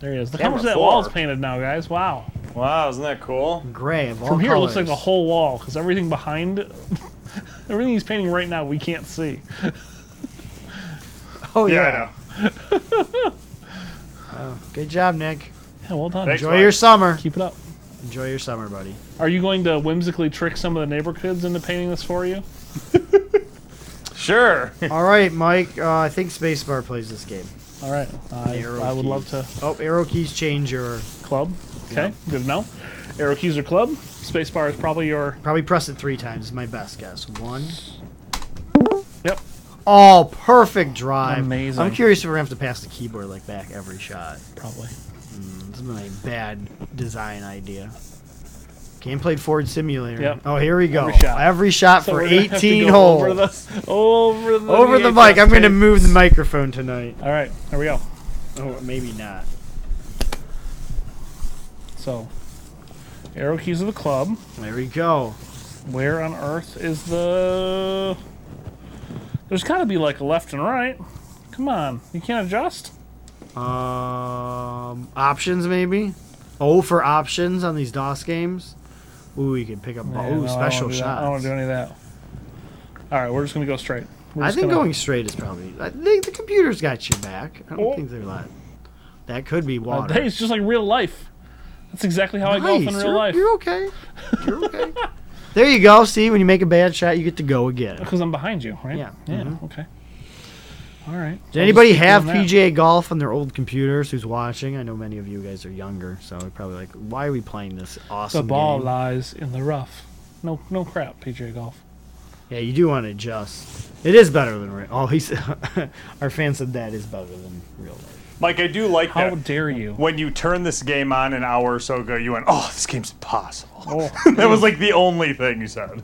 S2: There he is. Look how
S5: Camera
S2: much that
S5: four.
S2: wall's painted now, guys. Wow.
S5: Wow, isn't that cool?
S1: Gray of all
S2: From here, it
S1: colors.
S2: looks like the whole wall because everything behind, [LAUGHS] everything he's painting right now, we can't see.
S1: Oh yeah.
S5: Yeah, I know.
S1: Good job, Nick.
S2: Yeah, well done.
S5: Thanks.
S1: Enjoy
S5: Mike.
S1: your summer.
S2: Keep it up.
S1: Enjoy your summer,
S5: [LAUGHS]
S1: buddy.
S2: Are you going to whimsically trick some of the neighbor kids into painting this for you?
S5: Sure. [LAUGHS]
S1: all right, Mike. Uh, I think Spacebar plays this game.
S2: All right. I,
S1: Arrow
S2: I would love
S1: keys.
S2: to.
S1: Oh, arrow keys change your.
S2: Club. Okay. Good to know. Arrow keys are club. Spacebar is probably your.
S1: Probably press it three times. Is my best guess. One.
S2: Yep.
S1: Oh, perfect drive.
S2: Amazing.
S1: I'm curious if we're gonna have to pass the keyboard like back every shot.
S2: Probably.
S1: This is my bad design idea. Game played Ford Simulator.
S2: Yep.
S1: Oh, here we go.
S2: Every
S1: shot
S2: shot. So
S1: for
S2: [LAUGHS] we're gonna have to
S1: 18
S2: go
S1: holes.
S2: Over the, [LAUGHS] over the,
S1: Over the mic. I'm going to move the microphone tonight.
S2: All right. There we go.
S1: Oh, maybe not.
S2: So, arrow keys of the club.
S1: There we go.
S2: Where on earth is the? There's got to be like a left and right. Come on, you can't adjust.
S1: Um, options maybe. Oh, for options on these DOS games. Ooh, we could pick up.
S2: Yeah,
S1: oh,
S2: no,
S1: special
S2: I don't wanna do that.
S1: shots.
S2: I don't want to do any of that. All right, we're just gonna go straight. We're
S1: I
S2: just
S1: think
S2: gonna-
S1: going straight is probably. I think the computer's got your back. I don't
S2: Oh.
S1: think they're that. That could be
S2: Uh,
S1: water.
S2: hey, it's just like real life. That's exactly how I golf in
S1: Nice,
S2: real
S1: you're-
S2: life.
S1: You're okay. You're
S2: [LAUGHS]
S1: okay. there you go. See, when you make a bad shot, you get to go again.
S2: Because I'm behind you, right?
S1: Yeah.
S2: Yeah. Okay. All right.
S1: Did anybody
S2: keep
S1: have
S2: doing that.
S1: PGA golf on their old computers? Who's watching? I know many of you guys are younger, so they're probably like, "Why are we playing this awesome
S2: The ball
S1: game?"
S2: lies in the rough. No, no crap, PJ Golf.
S1: Yeah, you do want to adjust. It is better than real. Oh, he's [LAUGHS] our fan said that is better than real life.
S5: Like I do like
S2: How
S5: that.
S2: dare you?
S5: When you turned this game on an hour or so ago, you went, "Oh, this game's impossible."
S2: [LAUGHS]
S5: [LAUGHS]
S2: Oh,
S5: that was like the only thing you said.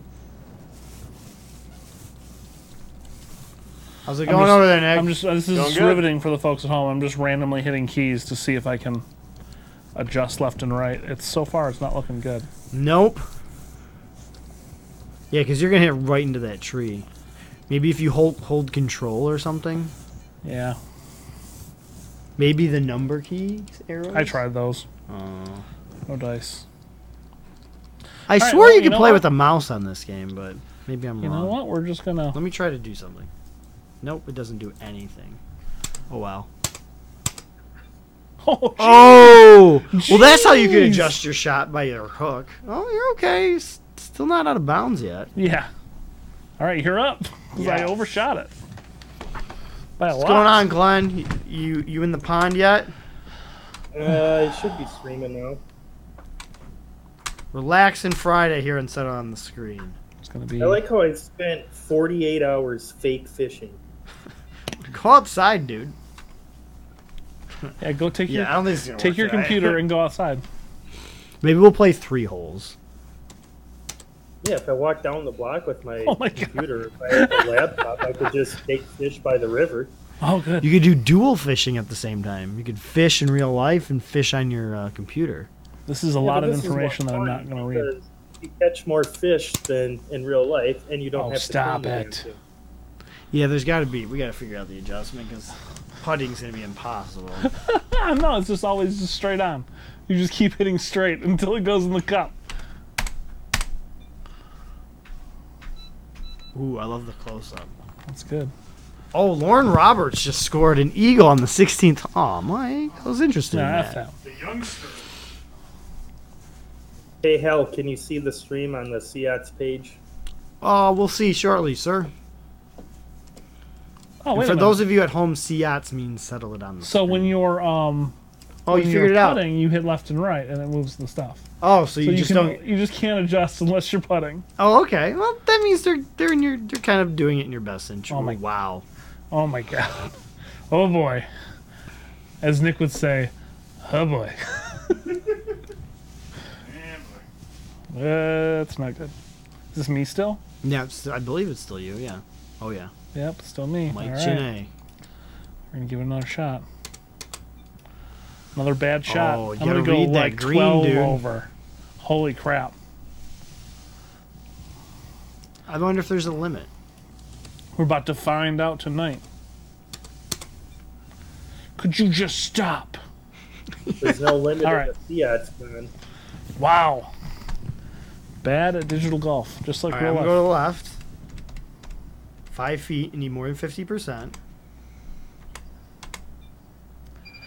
S1: How's it
S2: I'm
S1: going
S2: just-
S1: over there, Nick?
S2: I'm just. uh, This
S5: Going
S2: is
S5: good.
S2: riveting for the folks at home. I'm just randomly hitting keys to see if I can adjust left and right. It's so far, it's not looking good.
S1: Nope. Yeah, because you're gonna hit right into that tree. Maybe if you hold hold control or something.
S2: Yeah,
S1: Maybe the number key arrow.
S2: I tried those. No dice.
S1: I
S2: right,
S1: swore
S2: well,
S1: you
S2: you
S1: could
S2: know
S1: play
S2: what?
S1: with a mouse on this game, but maybe I'm
S2: You
S1: wrong.
S2: know what? We're just gonna.
S1: Let me try to do something. Nope, it doesn't do anything. Oh wow.
S2: [LAUGHS] Oh,
S1: Oh, well, that's how you can
S2: Jeez.
S1: adjust your shot by your hook. Oh, you're okay. S- still not out of bounds yet.
S2: yeah. All right, you're up. [LAUGHS] 'Cause I
S1: Yeah.
S2: overshot it. By a
S1: What's
S2: lot.
S1: going on, Glenn? Y- You you in the pond yet?
S4: Uh, it should be streaming now.
S1: Relaxing Friday here instead of on the screen.
S2: It's gonna be.
S4: I like how I spent 48 hours fake fishing.
S1: Go outside, dude.
S2: Yeah, go take
S1: [LAUGHS] Yeah, I
S2: your
S1: don't think it's gonna
S2: take
S1: work
S2: your
S1: today.
S2: computer and go outside.
S1: Maybe we'll play three holes.
S4: Yeah, if I walked down the block with my,
S2: Oh my God.
S4: computer, if I had a laptop, I could just take fish by the river.
S2: Oh, good.
S1: You could do dual fishing at the same time. You could fish in real life and fish on your uh, computer.
S2: This is a
S4: Yeah,
S2: lot
S4: but
S2: of
S4: this is more
S2: information that I'm
S4: fun
S2: not going to read.
S4: because You catch more fish than in real life, and you don't
S2: Oh,
S4: have to
S2: stop
S4: clean the damn
S2: it.
S4: thing.
S1: Yeah, there's got to be. We got to figure out the adjustment because putting's gonna be impossible.
S2: Ah, [LAUGHS] no, it's just always just straight on. You just keep hitting straight [LAUGHS] until it goes in the cup.
S1: [LAUGHS] Ooh, I love the close up.
S2: That's good.
S1: Oh, Lauren Roberts just scored an eagle on the 16th. Aw, Mike, I was interested
S2: No,
S1: in that.
S2: F that.
S6: The youngster.
S4: Hey, Hal, can you see the stream on the Seats page?
S1: Oh, we'll see shortly, sir.
S2: Oh,
S1: And
S2: wait
S1: for
S2: a minute.
S1: those of you at home, Seats means settle it on the.
S2: so when you're um,
S1: oh, you
S2: when you're
S1: figured it out.
S2: putting, you hit left and right, and it moves the stuff.
S1: Oh, so you,
S2: So you,
S1: just
S2: can,
S1: don't.
S2: you just can't adjust unless you're putting.
S1: Oh, okay. Well, that means they're they're in your they're kind of doing it in your best interest.
S2: Oh my-
S1: wow.
S2: Oh my god. [LAUGHS] Oh boy. As Nick would say, oh boy.
S6: Man, boy.
S2: Uh, That's not good. Is this me still?
S1: Yeah, it's, I believe it's still you. Yeah. Oh yeah,
S2: Yep, it's still me.
S1: Mike
S2: All right.
S1: Chinay.
S2: We're gonna give it another shot. Another bad shot.
S1: Oh, you
S2: I'm gonna
S1: gotta
S2: go
S1: read that
S2: like
S1: green,
S2: 12
S1: dude.
S2: over. Holy crap!
S1: I wonder if there's a limit.
S2: We're about to find out tonight. Could you just stop? [LAUGHS]
S4: There's no limit
S2: All
S4: All
S2: right.
S4: right. the Seats, man.
S2: Wow. Bad at digital golf, just like
S1: All right,
S2: real
S1: I'm
S2: life.
S1: gonna go to the left. Five feet. I need more than fifty percent.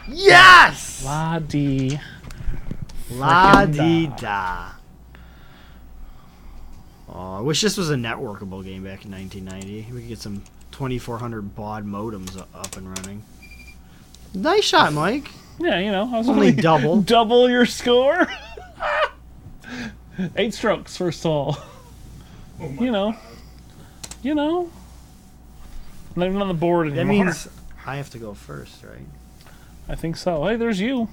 S1: Yes.
S2: La di.
S1: La di
S2: Frickin'
S1: da. Oh, I wish this was a networkable game back in 1990. We could get some 2400 baud modems u- up and running. Nice shot, Mike.
S2: Yeah, you know, I was
S1: Only
S2: [LAUGHS]
S1: double.
S2: Double your score. [LAUGHS] Eight strokes first hole.
S1: Oh
S2: you know. You know. Not even on the board
S1: That
S2: anymore.
S1: means I have to go first, right?
S2: I think so. Hey, there's you.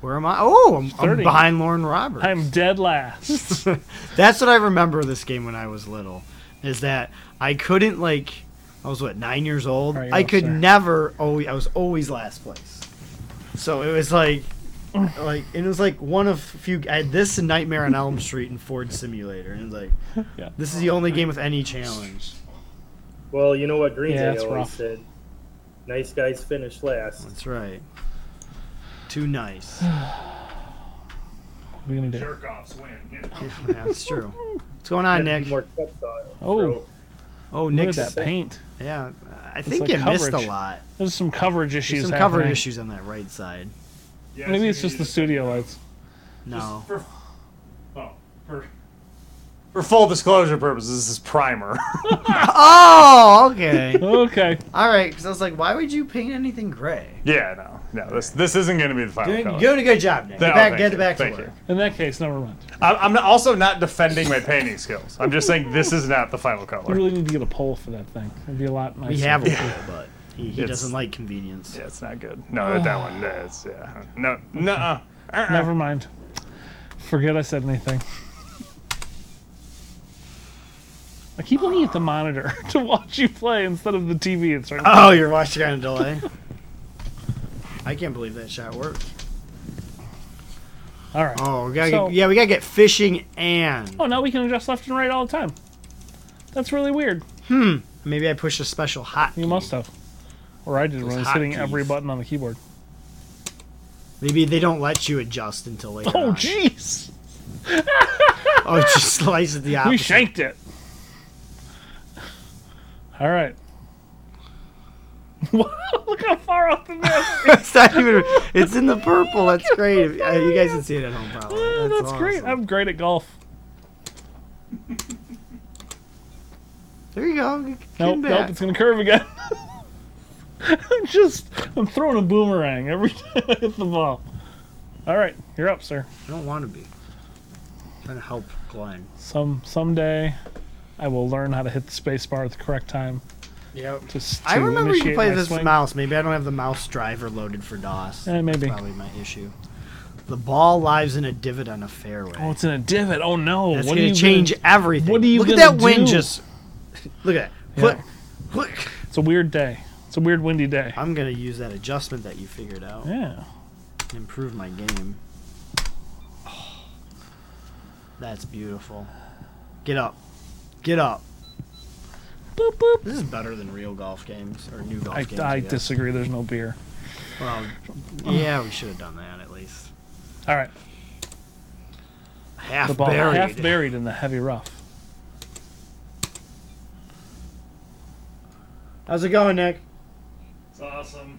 S1: Where am I? Oh, I'm, I'm
S2: 30.
S1: behind Lauren Roberts.
S2: I'm dead last.
S1: [LAUGHS] That's what I remember of this game when I was little. Is that I couldn't like I was what nine years old.
S2: Right, you're
S1: I
S2: up,
S1: could
S2: sir.
S1: never always I was always last place. So it was
S2: [SIGHS]
S1: like like it was like one of few I had this and Nightmare on Elm Street and Ford Simulator and it was like
S2: Yeah.
S1: this is the only game with any challenge.
S4: Well, you know what Green
S2: Yeah,
S4: Day
S2: that's
S4: always
S2: rough.
S4: said? Nice guys finish last.
S1: That's right. Too
S2: [SIGHS]
S1: nice.
S2: What are we gonna do?
S6: Jerk offs win. You know.
S1: Yeah, that's true. What's going on,
S4: Gotta be
S1: Nick?
S4: More cup style.
S2: Oh,
S1: Oh,
S2: look at
S1: Nick's
S2: that paint.
S1: yeah. I think
S2: like
S1: you missed a
S2: coverage.
S1: lot.
S2: There's some coverage
S1: There's
S2: issues.
S1: some coverage
S2: happening.
S1: issues on that right side.
S6: Yeah,
S2: Maybe
S6: you
S2: it's just
S6: need
S2: the
S6: it.
S2: studio lights.
S1: No.
S6: For, oh, for,
S5: For full disclosure purposes, this is primer. [LAUGHS]
S1: [LAUGHS] Oh, okay.
S2: Okay.
S1: All right, because I was like, why would you paint anything gray?
S5: yeah, no, no, this this isn't going to be the final
S1: Doing,
S5: color.
S1: doing a good job, Nick.
S5: No,
S1: Get back,
S5: thank
S1: get
S5: you,
S1: back to
S5: thank
S1: work.
S2: In that case, never mind.
S5: I'm, I'm not- also not defending my painting skills. I'm just saying this is not the final
S2: We
S5: color.
S2: really need to get a poll for that thing. It'd be a lot nicer.
S1: We have a pool, but he, he
S5: It's-
S1: doesn't like convenience.
S5: Yeah, it's not good. No, that one. That's yeah. No, no. uh
S2: Never mind. Forget I said anything. I keep looking at the monitor [LAUGHS] to watch you play instead of the TV. It's right.
S1: Oh, you're watching on a delay. [LAUGHS] I can't believe that shot worked.
S2: All right.
S1: Oh, we gotta
S2: So-
S1: get, yeah, we gotta get fishing and
S2: Oh, now we can adjust left and right all the time. That's really weird.
S1: maybe I push a special hot.
S2: You must have. Or I did when I was hitting
S1: hotkeys.
S2: every button on the keyboard.
S1: Maybe they don't let you adjust until later.
S2: Oh,
S1: on.
S2: jeez. [LAUGHS]
S1: Oh, just [LAUGHS] slice it the opposite.
S2: We shanked it. All right. [LAUGHS] Wow, Look how far off the map.
S1: [LAUGHS] [LAUGHS] it's not even. It's in the purple. That's great. Uh, you guys can see it at home, probably.
S2: Ah, [LAUGHS] That's,
S1: That's,
S2: great.
S1: awesome.
S2: I'm great at golf.
S1: There you go. Get
S2: Nope,
S1: back.
S2: nope, it's gonna curve again. [LAUGHS] I'm just, I'm throwing a boomerang every [LAUGHS] time I hit the ball. All right, you're up, sir.
S1: I don't want to be. I'm trying to help Glenn.
S2: Some someday, I will learn how to hit the space bar at the correct time.
S1: Yep.
S2: To, s- to
S1: I remember you
S2: initiate
S1: could play
S2: my
S1: this with
S2: swing.
S1: mouse. Maybe I don't have the mouse driver loaded for DOS.
S2: Eh, maybe.
S1: That's probably my issue. The ball lies in a divot on a fairway.
S2: Oh, it's in a divot. Oh no!
S1: That's
S2: what are
S1: gonna
S2: you
S1: change everything.
S2: what are you
S1: Look
S2: gonna
S1: at that wind
S2: do?
S1: just. [LAUGHS] Look at that.
S2: Yeah.
S1: Look, look.
S2: It's a weird day. It's a weird windy day.
S1: I'm gonna use that adjustment that you figured out
S2: Yeah.
S1: and improve my game. [SIGHS] That's beautiful. Get up. Get up.
S2: Boop boop.
S1: This is better than real golf games or new golf
S2: I,
S1: games.
S2: I um,
S1: guess.
S2: disagree. There's no beer.
S1: Well, yeah, we should have done that at least.
S2: All right.
S1: Half
S2: the ball
S1: buried.
S2: half buried in the heavy rough. [LAUGHS]
S1: How's it going, Nick?
S6: it's awesome.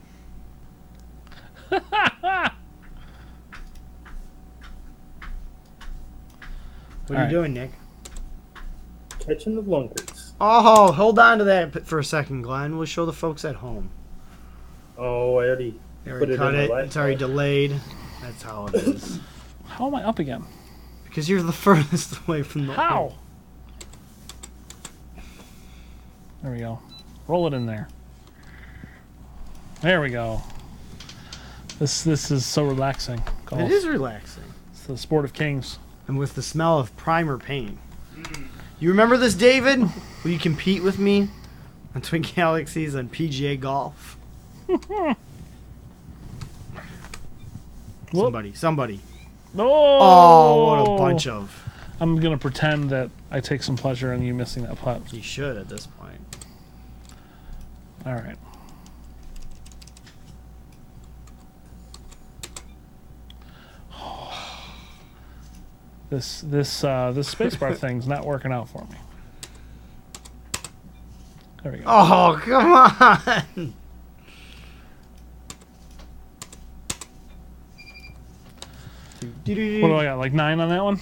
S1: What are
S2: All
S1: you
S2: right.
S1: doing, Nick?
S4: Catching the lunkers.
S1: Oh, hold on to that p- for a second, Glenn. We'll show the folks at home.
S4: Oh, I already.
S1: They
S4: Put
S1: already
S4: it
S1: cut
S4: in
S1: it.
S4: the light
S1: It's already
S4: bulb.
S1: delayed. That's how it [LAUGHS] is.
S2: How am I up again?
S1: because you're the [LAUGHS] furthest away from the.
S2: How? There we go. Roll it in there. There we go. This this is so relaxing. Golf.
S1: It is relaxing.
S2: It's the sport of kings.
S1: And with the smell of primer paint. You remember this, David? Will you compete with me on Twin [LAUGHS] Galaxies on PGA Golf?
S2: Whoop.
S1: Somebody, somebody.
S2: No.
S1: Oh, what a bunch of.
S2: I'm gonna pretend that I take some pleasure in you missing that putt.
S1: You should at this point.
S2: All right. [SIGHS] This this uh, this
S1: [LAUGHS]
S2: spacebar thing's not working out for me. There we go.
S1: Oh, come [LAUGHS] on.
S2: What do I got? Like nine on that one?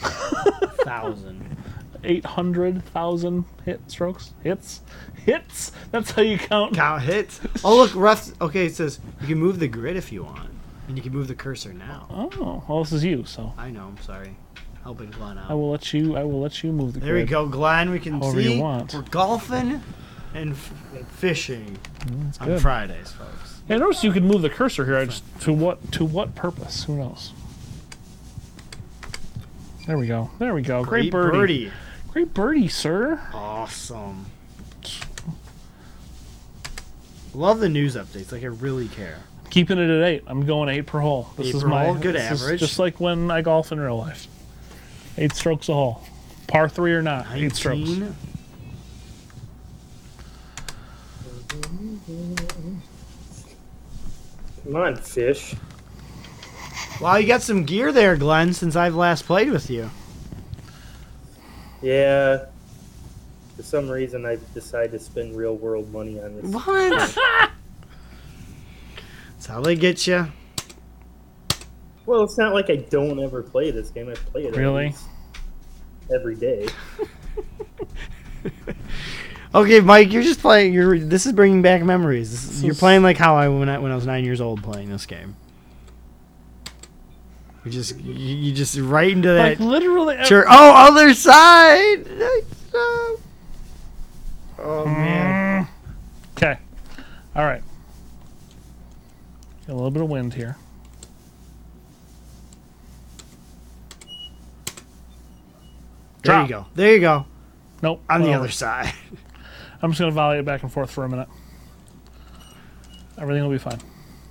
S1: Thousand.
S2: Eight hundred thousand hit strokes? Hits? Hits? That's how you count.
S1: Count
S2: [LAUGHS]
S1: hits. Oh, look, ref. Okay, it says you can move the grid if you want, and you can move the cursor now.
S2: Oh, well, this is you, so
S1: I know. I'm sorry. Helping Glenn out.
S2: I will let you. I will let you move the.
S1: There we
S2: grid.
S1: go, Glenn. We can
S2: Oh, However you
S1: see
S2: want.
S1: we're golfing and f- fishing
S2: Mm, That's
S1: on
S2: good.
S1: Fridays, folks.
S2: Yeah, I noticed you could move the cursor here. I just to what to what purpose? Who knows? There we go. There we go. Great, birdie. Great birdie, sir.
S1: Awesome. Love the news updates. Like I really care.
S2: Keeping it at eight. I'm going eight per hole. This
S1: Eight
S2: is
S1: per
S2: my
S1: hole, good
S2: this is
S1: average.
S2: just like when I golf in real life. Eight strokes a hole, par three or not. Eight strokes.
S1: 19.
S4: Come on, fish.
S1: Wow, you got some gear there, Glenn. Since I've last played with you.
S4: Yeah. For some reason, I decided to spend real world money on this.
S1: What? That's how they get you.
S4: Well, it's not like I don't ever play this game. I play it at
S2: Really?
S4: least every day.
S1: [LAUGHS] Okay, Mike, you're just playing. You're this is bringing back memories. This is,
S2: This
S1: you're
S2: is-
S1: playing like how I when I when I was nine years old playing this game. You just you, you just right into
S2: Like
S1: that.
S2: literally, ev-
S1: Sure. Oh, other side. Nice job. Oh man.
S2: Okay. All right. Got a little bit of wind here.
S1: There you
S2: Drop.
S1: go. There you go.
S2: Nope.
S1: On the
S2: well,
S1: other side.
S2: I'm just gonna volley it back and forth for a minute. Everything will be fine.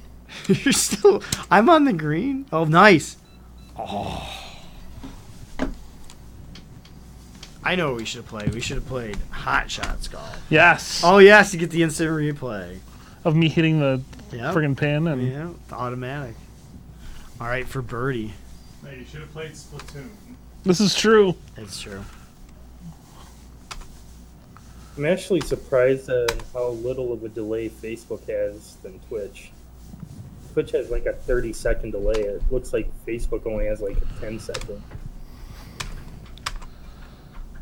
S1: [LAUGHS] you're still. I'm on the green. Oh, nice. Oh. I know what we should have played. We should have played Hot Shots Golf.
S2: Yes.
S1: Oh yes, you get the instant replay.
S2: Of me hitting the
S1: Yeah.
S2: friggin' pin and
S1: Yeah, it's automatic. All right, for birdie.
S6: Hey, you should have played Splatoon.
S2: this is true.
S1: That's true.
S4: I'm actually surprised at how little of a delay Facebook has than Twitch. Twitch has like a 30 second delay. It looks like Facebook only has like a 10 second.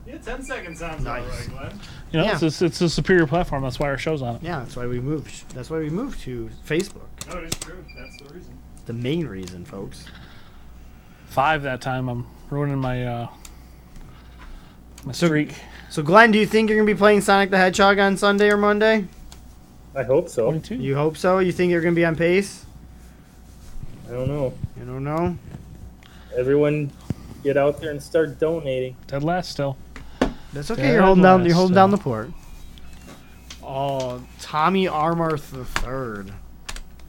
S6: Yeah, 10 seconds sounds
S1: Nice.
S6: alright, Glenn.
S2: You know,
S1: Yeah.
S2: it's, it's it's a superior platform. That's why our show's on it.
S1: Yeah, that's why we moved. That's why we moved to Facebook.
S6: No, it is true. That's the reason.
S1: The main reason, folks.
S2: Five that time. I'm ruining my uh my streak.
S1: So, Glenn, do you think you're gonna be playing Sonic the Hedgehog on Sunday or Monday?
S4: I hope so.
S2: 22.
S1: You hope so. You think you're gonna be on pace?
S4: I don't know.
S1: You don't know.
S4: Everyone get out there and start donating.
S2: Dead last still.
S1: That's okay.
S2: Dead
S1: you're holding down. You're
S2: last,
S1: holding down
S2: uh,
S1: the port. Oh, Tommy Armour the third.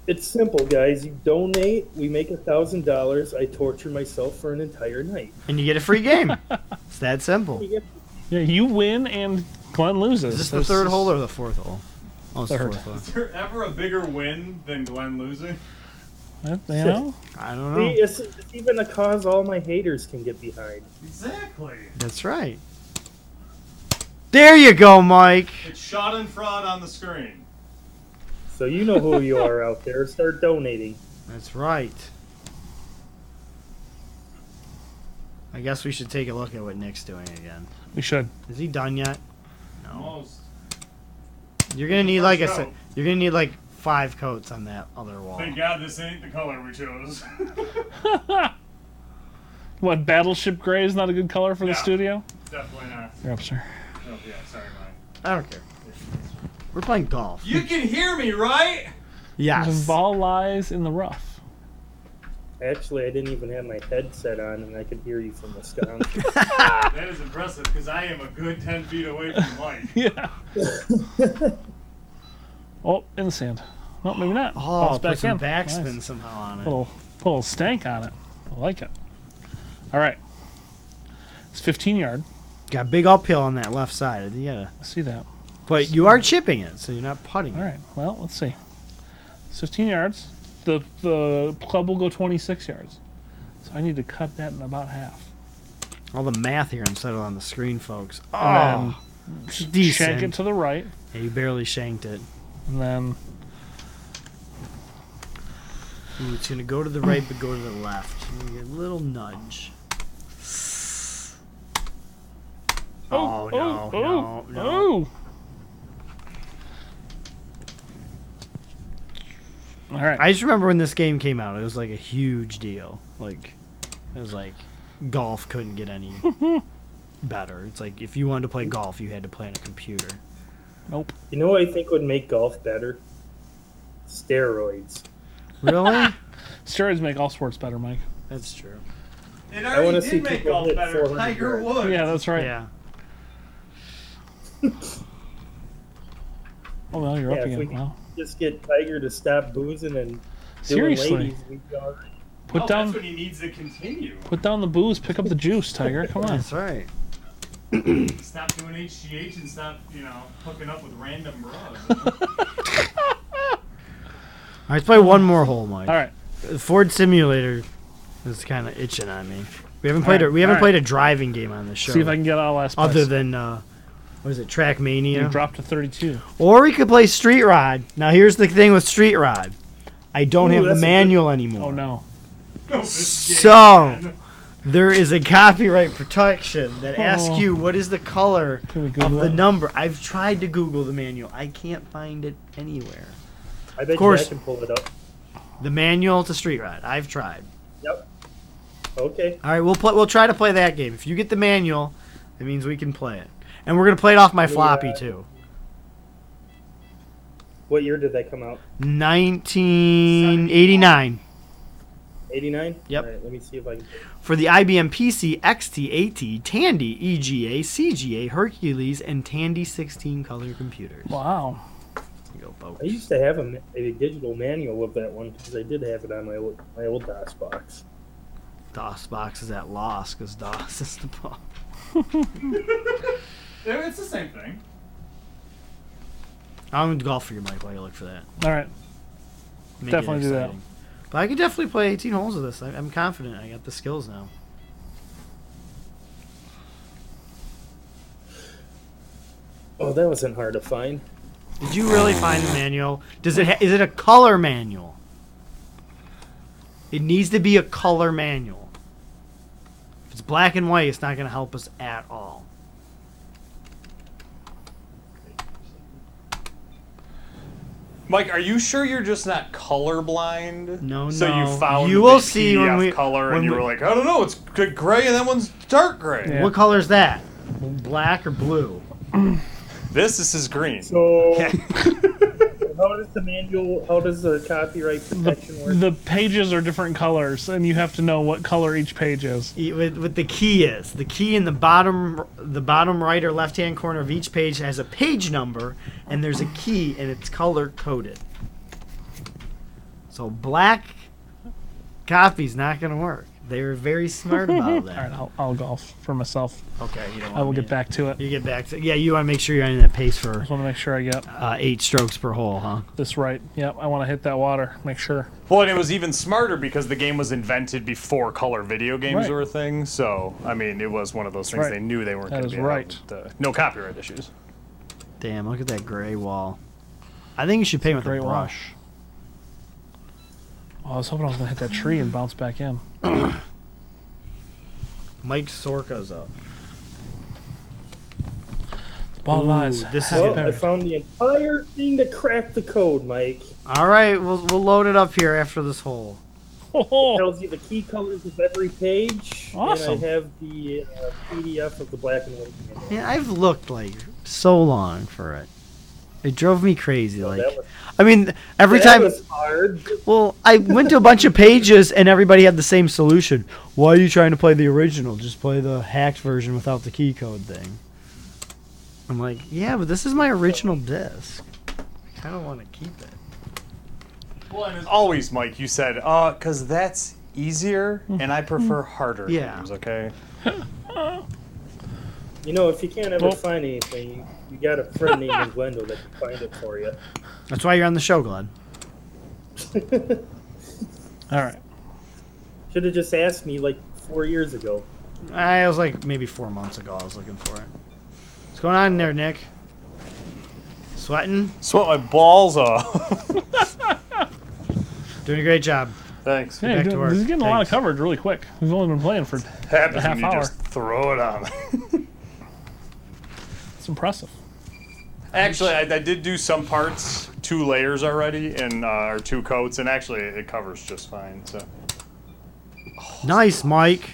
S4: It's simple, guys. You donate, we make a thousand dollars. I torture myself for an entire night.
S1: And you get a free game. [LAUGHS] it's that simple.
S4: You get
S2: Yeah, you win and Glenn loses.
S1: Is this the
S2: There's-
S1: third hole or the fourth hole? Oh, it's the
S2: Third.
S1: fourth hole.
S6: Is there ever a bigger win than Glenn losing?
S2: You know,
S1: I don't
S4: See,
S1: know.
S4: it's, it's even a cause all my haters can get behind.
S6: Exactly.
S1: That's right. There you go, Mike.
S6: It's shot and fraud on the screen.
S4: So you know who you are out there. Start donating.
S1: That's right. I guess we should take a look at what Nick's doing again.
S2: we should. [LAUGHS]
S1: Is he done yet?
S6: Almost.
S1: You're gonna need like a
S6: First
S1: se-
S6: row.
S1: you're gonna need like five coats on that other wall.
S6: Thank God this ain't the color we chose. [LAUGHS]
S2: What battleship gray is not a good color for the
S6: Yeah.
S2: studio?
S6: Definitely not.
S2: You're up, sir.
S6: Oh, yeah, sorry, Mike.
S1: I don't care. We're playing golf.
S6: You can hear me, right?
S1: Yes.
S2: The ball lies in the rough. [LAUGHS]
S4: Actually, I didn't even have my headset on, and I could hear you from Wisconsin.
S6: That is impressive because I am a good 10 feet away from Mike.
S2: Yeah. oh, in the sand. No, maybe not.
S1: Oh,
S2: Bounce
S1: put some
S2: Nice.
S1: backspin somehow on it.
S2: Little, little stank on it. I like it. All right. It's 15 yard.
S1: Got a big uphill on that left side. You gotta,
S2: I see that.
S1: but you are chipping it, so you're not putting.
S2: All
S1: It.
S2: right. Well, let's see. It's 15 yards. The the club will go 26 yards. So I need to cut that in about half.
S1: All the math here instead of on the screen, folks.
S2: And
S1: Oh,
S2: then
S1: decent.
S2: shank it to the right,
S1: Yeah, you barely shanked it.
S2: and then
S1: Ooh, it's gonna go to the right, but go to the left. You get a little nudge. Oh, no, no, no.
S2: oh. All right.
S1: I just remember when this game came out. It was like a huge deal. Like, it was like golf couldn't get [LAUGHS] any better. It's like if you wanted to play golf, you had to play on a computer.
S2: nope.
S4: you know what I think would make golf better? Steroids.
S1: [LAUGHS] Really?
S2: Steroids make all sports better, Mike.
S1: That's true.
S6: It
S4: I wanna
S6: already
S4: see
S6: did make
S4: people
S6: golf
S4: hit
S6: better.
S4: 400
S6: Tiger
S4: yards.
S6: Woods.
S2: Yeah, that's right.
S1: Yeah.
S2: Oh well, you're
S4: Yeah,
S2: up
S4: if we
S2: again.
S4: can-
S2: Wow.
S4: Just get Tiger to stop boozing and doing
S2: Seriously,
S4: ladies. we'd be all right.
S2: put
S6: oh,
S2: down
S6: That's when he needs to continue.
S2: put down the booze, pick up the juice, Tiger. Come on.
S1: That's right.
S6: Stop doing HGH and stop, you know, hooking up with random
S5: [LAUGHS]
S6: bros. [LAUGHS]
S1: All right, let's play one more hole, Mike.
S2: All right.
S1: Ford Simulator is kind of itching on me. We haven't played
S2: Alright,
S1: a, we haven't
S2: alright.
S1: played a driving game on this show.
S2: See if I can get out of last place.
S1: other than uh, what is it, Track
S2: you
S1: Mania?
S2: dropped to 32.
S1: or we could play Street Rod. Now here's the thing with Street Rod, I don't
S4: Ooh,
S1: have the
S4: that's a good-
S1: manual anymore.
S2: Oh no.
S6: [LAUGHS]
S1: So, there is a copyright protection that asks
S2: Oh.
S1: you what is the color
S2: Can we
S1: of
S2: Google
S1: the
S2: it?
S1: number. I've tried to Google the manual. I can't find it anywhere.
S4: I bet you I
S1: course.
S4: can pull it up.
S1: The manual to Street Rod. I've tried.
S4: Yep. Okay.
S1: All right, we'll play. We'll try to play that game. If you get the manual, that means we can play it, and we're gonna play it off my floppy too.
S4: What year did that come out?
S1: 1989
S4: 89?
S1: Yep.
S4: All right, let me see if I can.
S1: for the IBM PC XT80 Tandy E EGA CGA Hercules and Tandy 16 color computers.
S2: Wow.
S1: Go, folks.
S4: I used to have a, ma- a digital manual of that one because I did have it on my old, my old DOS box.
S1: DOS box is at loss because DOS [LAUGHS] is the box.
S6: Yeah, It's the same thing.
S1: I'm gonna golf for your mic while you look for that.
S2: All right.
S1: Make it
S2: Definitely do that.
S1: exciting. But I could definitely play 18 holes of this. I, I'm confident. I got the skills now.
S4: Oh, that wasn't hard to find.
S1: Did you really find the manual? Does it ha- is it a color manual? It needs to be a color manual. If it's black and white, it's not going to help us at all.
S5: Mike, are you sure you're just not colorblind?
S1: No,
S5: So
S1: no.
S5: you found
S1: You will
S5: the
S1: see
S5: PDF
S1: when we-
S5: color,
S1: when
S5: and you
S1: we-
S5: were like, I don't know, it's g- gray, and that one's dark gray.
S2: Yeah.
S1: What color is that? Black or blue?
S5: This, this is green.
S4: So, how does the manual, how does the copyright protection work?
S2: The pages are different colors, and you have to know what color each page is.
S1: E- What, what the key is? The key in the bottom, the bottom right or left hand corner of each page has a page number, and there's a key, and it's color coded. So black copy's not going to work. They were very smart about
S2: All right,
S1: that.
S2: I'll, I'll golf for myself.
S1: Okay, you don't
S2: I will
S1: want me
S2: get back to it.
S1: You get back to yeah. You want to make sure you're in that pace for
S2: Just want to make sure I get
S1: uh, eight strokes per hole, huh?
S2: this right. Yep, I want to hit that water. Make sure.
S5: Well, and it was even smarter because the game was invented before color video games
S2: Right.
S5: were a thing. So, I mean, it was one of those things
S2: Right.
S5: they knew they weren't
S2: That
S5: going to
S2: is
S5: be
S2: right.
S5: able to- no copyright issues.
S1: Damn, look at that gray wall. I think you should paint with a
S2: Great wall.
S1: brush.
S2: Oh, I was hoping I was gonna hit that tree and bounce back in.
S1: Mike Sorka's up.
S2: Ball lies.
S1: this is
S2: half
S1: good.
S4: Well, I
S2: buried.
S4: found the entire thing to crack the code, Mike.
S1: All right, we'll we'll load it up here after this hole.
S2: [LAUGHS] Oh,
S4: tells you the key colors of every page.
S2: Awesome.
S4: And I have the uh, PDF of the black and white. manual.
S1: Man, I've looked like so long for it. It drove me crazy. Like,
S4: that was,
S1: I mean, every
S4: that
S1: time.
S4: was hard.
S1: Well, I went to a bunch of pages and everybody had the same solution. Why are you trying to play the original? Just play the hacked version without the key code thing. I'm like, yeah, but this is my original disc. I kind of want to keep it.
S6: Well, and it's
S5: Always, Mike, you said, uh, because that's easier, and I prefer harder
S1: Mm-hmm. Yeah.
S5: games, okay?
S4: You know, if you can't ever
S2: Well-
S4: find anything, you, you got a friend named Glendo that can find it for you.
S1: That's why you're on the show, Glenn.
S2: all right.
S4: Should have just asked me like four years ago.
S1: I was like maybe four months ago. I was looking for it. What's going on in there, Nick? Sweating?
S5: Sweat my balls off. [LAUGHS]
S1: Doing a great job.
S5: Thanks.
S2: Yeah,
S1: back
S2: doing-
S1: to work.
S2: this is getting a lot of
S1: Thanks.
S2: coverage really quick. We've only been playing for.
S5: Happens
S2: half
S5: when you
S2: hour.
S5: just throw it on. [LAUGHS]
S2: It's impressive.
S5: Actually, I, I did do some parts, two layers already, and uh, or two coats, and actually it covers just fine. So,
S1: Nice, Mike.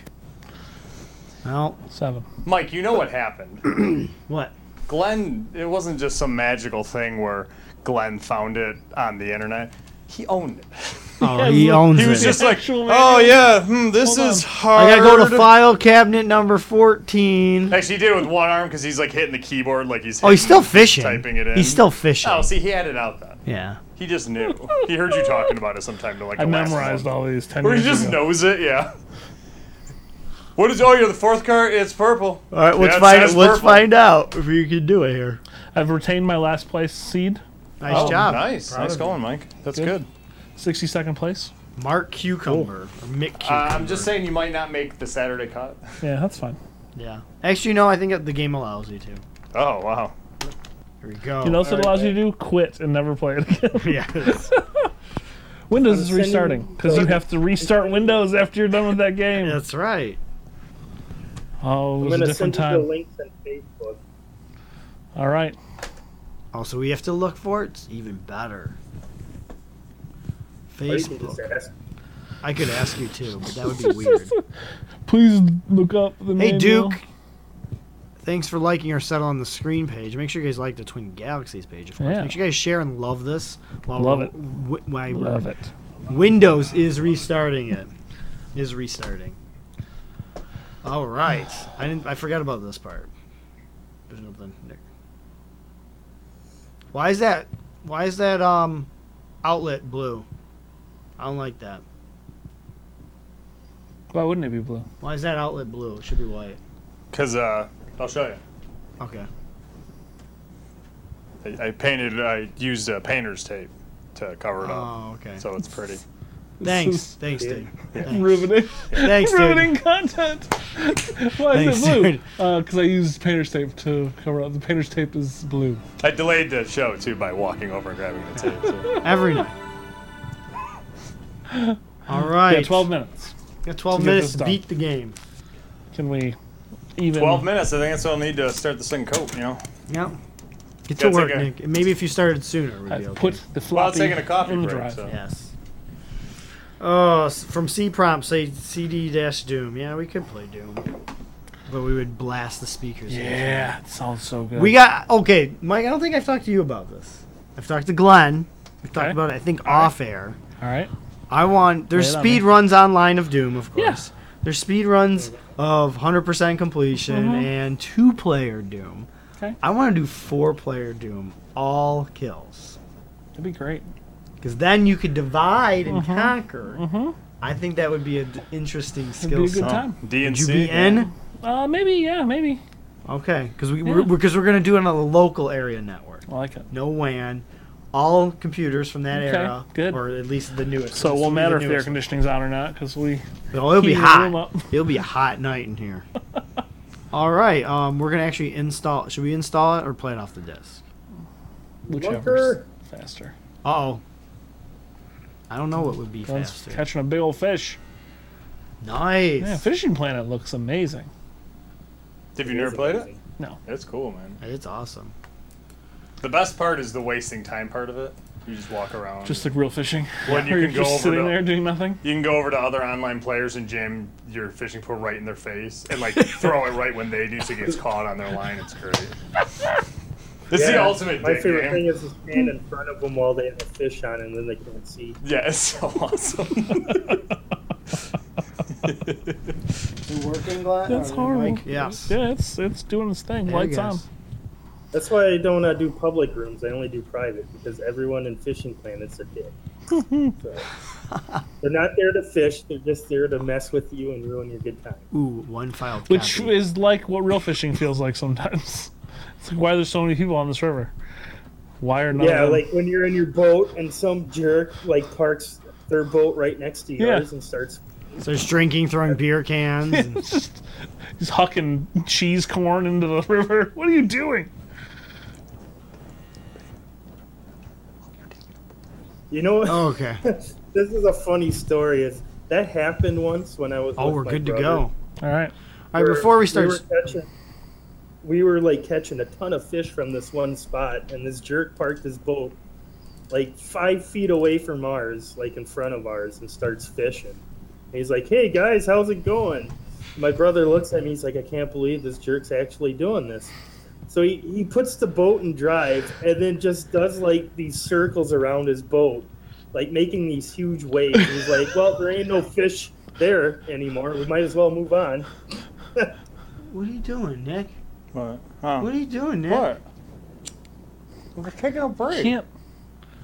S1: Well,
S2: Seven.
S5: Mike, you know what happened? [LAUGHS]
S1: what?
S5: Glenn, it wasn't just some magical thing where Glenn found it on the internet. He owned it. [LAUGHS]
S1: Oh, he owns
S5: He was
S1: it.
S5: just like,
S2: Actual
S5: oh yeah, hmm, this
S2: Hold
S5: is
S2: on.
S5: hard.
S1: I gotta go
S5: [LAUGHS]
S1: to file cabinet number 14.
S5: Actually, he did it with one arm because he's like hitting the keyboard like he's.
S1: Oh, he's still
S5: hitting-
S1: fishing.
S5: Typing it in.
S1: He's still fishing.
S5: Oh, see, he had it out then.
S1: Yeah.
S5: He just knew. he heard you talking about it sometime to like.
S2: I
S5: the last
S2: memorized
S5: one.
S2: all these ten
S5: Or he
S2: years
S5: just
S2: ago.
S5: knows it, yeah. What is? Oh, you're the fourth card. It's purple.
S1: All right, let's
S5: Yeah, it
S1: find
S5: says
S1: let's
S5: purple.
S1: find out if you can do it here.
S2: I've retained my last place seed, Oh,
S1: Nice job.
S5: Oh, Nice, nice going, Mike. That's good.
S2: sixty second place.
S1: Mark Cucumber. Or Mick Cucumber.
S5: Uh, I'm just saying you might not make the
S2: [LAUGHS]
S5: Saturday cut.
S2: Yeah, that's fine.
S1: yeah. Actually, no, I think that the game allows you to. Here
S5: Oh wow.
S1: we go.
S2: You know what else it [LAUGHS]
S4: alright,
S2: allows you to do? Quit and never play it again.
S1: Yes.
S2: Windows is
S4: I'm sending-
S2: restarting because you have to restart Windows after you're done with [LAUGHS] that game.
S1: That's right.
S2: Oh, it was
S4: I'm
S2: a
S4: gonna
S2: different
S4: send you the
S2: time.
S4: links on Facebook.
S2: All right.
S1: Also, we have to look for it. It's even better.
S4: Or you can just
S1: Facebook.
S4: ask.
S1: I could ask you too, but that would be weird.
S2: Please look up the
S1: Hey,
S2: manual.
S1: Duke. Thanks for liking our set on the screen page. Make sure you guys like the Twin Galaxies page, of course.
S2: Yeah.
S1: Make sure you guys share and love this. While
S2: Love
S1: we're-
S2: it.
S1: wi- Why
S2: Love it.
S1: Windows is restarting it. Is restarting. All right. I didn't. I forgot about this part. There's nothing. There. Why is that? Why is that um outlet blue? I don't like that.
S2: Why wouldn't it be blue?
S1: Why is that outlet blue? It should be white.
S5: Because uh, I'll show you.
S1: Okay.
S5: I, I painted. I used uh, painter's tape to cover it up,
S1: Oh, okay.
S5: so it's pretty.
S1: Thanks. Thanks, dude. Thanks.
S2: [LAUGHS] Ruining,
S1: Thanks, dude.
S2: [LAUGHS] ruining content. [LAUGHS] Why
S1: Thanks,
S2: is it blue?
S1: dude.
S2: Because I used painter's tape to cover up. The painter's tape is blue.
S5: I delayed the show too by walking over and grabbing the tape. So.
S1: Every night. All right.
S2: Yeah, 12 minutes.
S1: Got 12
S2: to get
S1: minutes
S2: this
S1: to
S2: done.
S1: beat the game.
S2: Can we even?
S5: Twelve minutes. I think that's all I need to start the second coat. You know.
S1: Yep. Get
S5: Yeah,
S1: to
S5: it's
S1: work,
S5: okay.
S1: Nick. And Maybe if you started sooner, it would be
S2: I've
S1: okay.
S2: put the
S5: Well, I was
S2: floppy
S5: taking a coffee
S2: in the
S5: break.
S2: drive.
S5: So.
S1: Yes. Oh, s- from C prompt, say CD dash Doom. Yeah, we could play Doom, but we would blast the speakers.
S2: Yeah, it sounds so good.
S1: We got okay, Mike. I don't think I've talked to you about this. I've talked to Glenn. We have
S2: Okay.
S1: talked about it. I think off air.
S2: all right.
S1: I want there's
S2: Lay it on
S1: speed
S2: me.
S1: runs online of Doom, of course.
S2: Yeah.
S1: There's speed runs of 100% completion and two player Doom.
S2: Mm-hmm. Okay.
S1: I want to do four player Doom, all kills.
S2: That'd be great.
S1: Because then you could divide and
S2: Mm-hmm.
S1: conquer. I think that would be an interesting
S2: It'd be
S1: skill
S2: a good
S1: set.
S2: time.
S5: D and
S1: Would you
S5: C.
S1: be in?
S2: Uh, maybe, yeah, maybe.
S1: Okay, because we,
S2: Yeah.
S1: we're, because we're gonna do it on a local area network.
S2: I like it.
S1: No WAN, all computers from that
S2: Okay,
S1: era,
S2: good.
S1: or at least the newest.
S2: So it won't matter if the air
S1: they're.
S2: conditioning's on or not, because we
S1: No, it'll be
S2: heating the room
S1: hot.
S2: up.
S1: It'll be a hot night in here. all right, um, we're gonna actually install. Should we install it or play it off the disk?
S2: whichever's
S4: Looker.
S2: faster.
S1: Uh oh. I don't know what would be
S2: Glenn's
S1: faster.
S2: catching a big old fish.
S1: Nice.
S2: Yeah, Fishing Planet looks amazing.
S5: Have you never played it?
S2: No.
S5: It's cool, man.
S1: It's awesome.
S5: The best part is the wasting time part of it. You just walk around.
S2: Just like real fishing.
S5: When you
S2: Where
S5: can
S2: [LAUGHS] you're
S5: go
S2: just
S5: over
S2: sitting
S5: the-
S2: there doing nothing.
S5: you can go over to other online players and jam your fishing pole right in their face and
S1: [LAUGHS]
S5: like throw it right when they do so it gets caught on their line. It's great. It's the
S4: Yeah,
S5: ultimate
S4: My
S5: dick
S4: favorite
S5: game.
S4: thing is to stand in front of them while they have a fish on, and then they can't see.
S5: yeah, it's so
S4: [LAUGHS]
S5: awesome. [LAUGHS] [LAUGHS]
S2: [LAUGHS]
S1: You working, Glad?
S2: That's horrible.
S1: Yes.
S2: Yeah, it's it's doing its thing.
S1: There
S2: Lights
S1: he
S2: on.
S1: goes.
S4: That's why I don't uh, do public rooms. I only do private because everyone in Fishing Planet's a dick.
S5: [LAUGHS]
S4: so, they're not there to fish. They're just there to mess with you and ruin your good time.
S1: Ooh, one file.
S2: Which
S1: copy.
S2: is like what real fishing feels like sometimes. [LAUGHS] It's like why there's so many people on this river. Why are none
S4: Yeah,
S2: of them-
S4: like when you're in your boat and some jerk like parks their boat right next to yours
S2: Yeah.
S4: and starts.
S1: So there's drinking, throwing beer cans.
S2: [LAUGHS]
S1: and-
S2: [LAUGHS] just he's hucking cheese corn into the [LAUGHS] river. What are you doing?
S4: You know,
S1: oh, okay.
S4: [LAUGHS] this is a funny story. Is that happened once when I was?
S1: Oh,
S4: with
S1: we're
S4: my
S1: good to
S4: brother.
S1: go.
S2: All
S1: All
S2: right.
S1: right,
S4: where
S1: before we start,
S4: were catching- we were like catching a ton of fish from this one spot, and this jerk parked his boat like five feet away from ours, like in front of ours, and starts fishing. And he's like, "Hey guys, how's it going?" My brother looks at me. He's like, "I can't believe this jerk's actually doing this." So he, he puts the boat in drive and then just does like these circles around his boat, like making these huge waves. He's like, well, there ain't no fish there anymore. We might as well move on. [LAUGHS]
S1: what are you doing, Nick?
S5: what? Huh?
S1: What are you doing, Nick?
S5: What? We're taking a break.
S2: Can't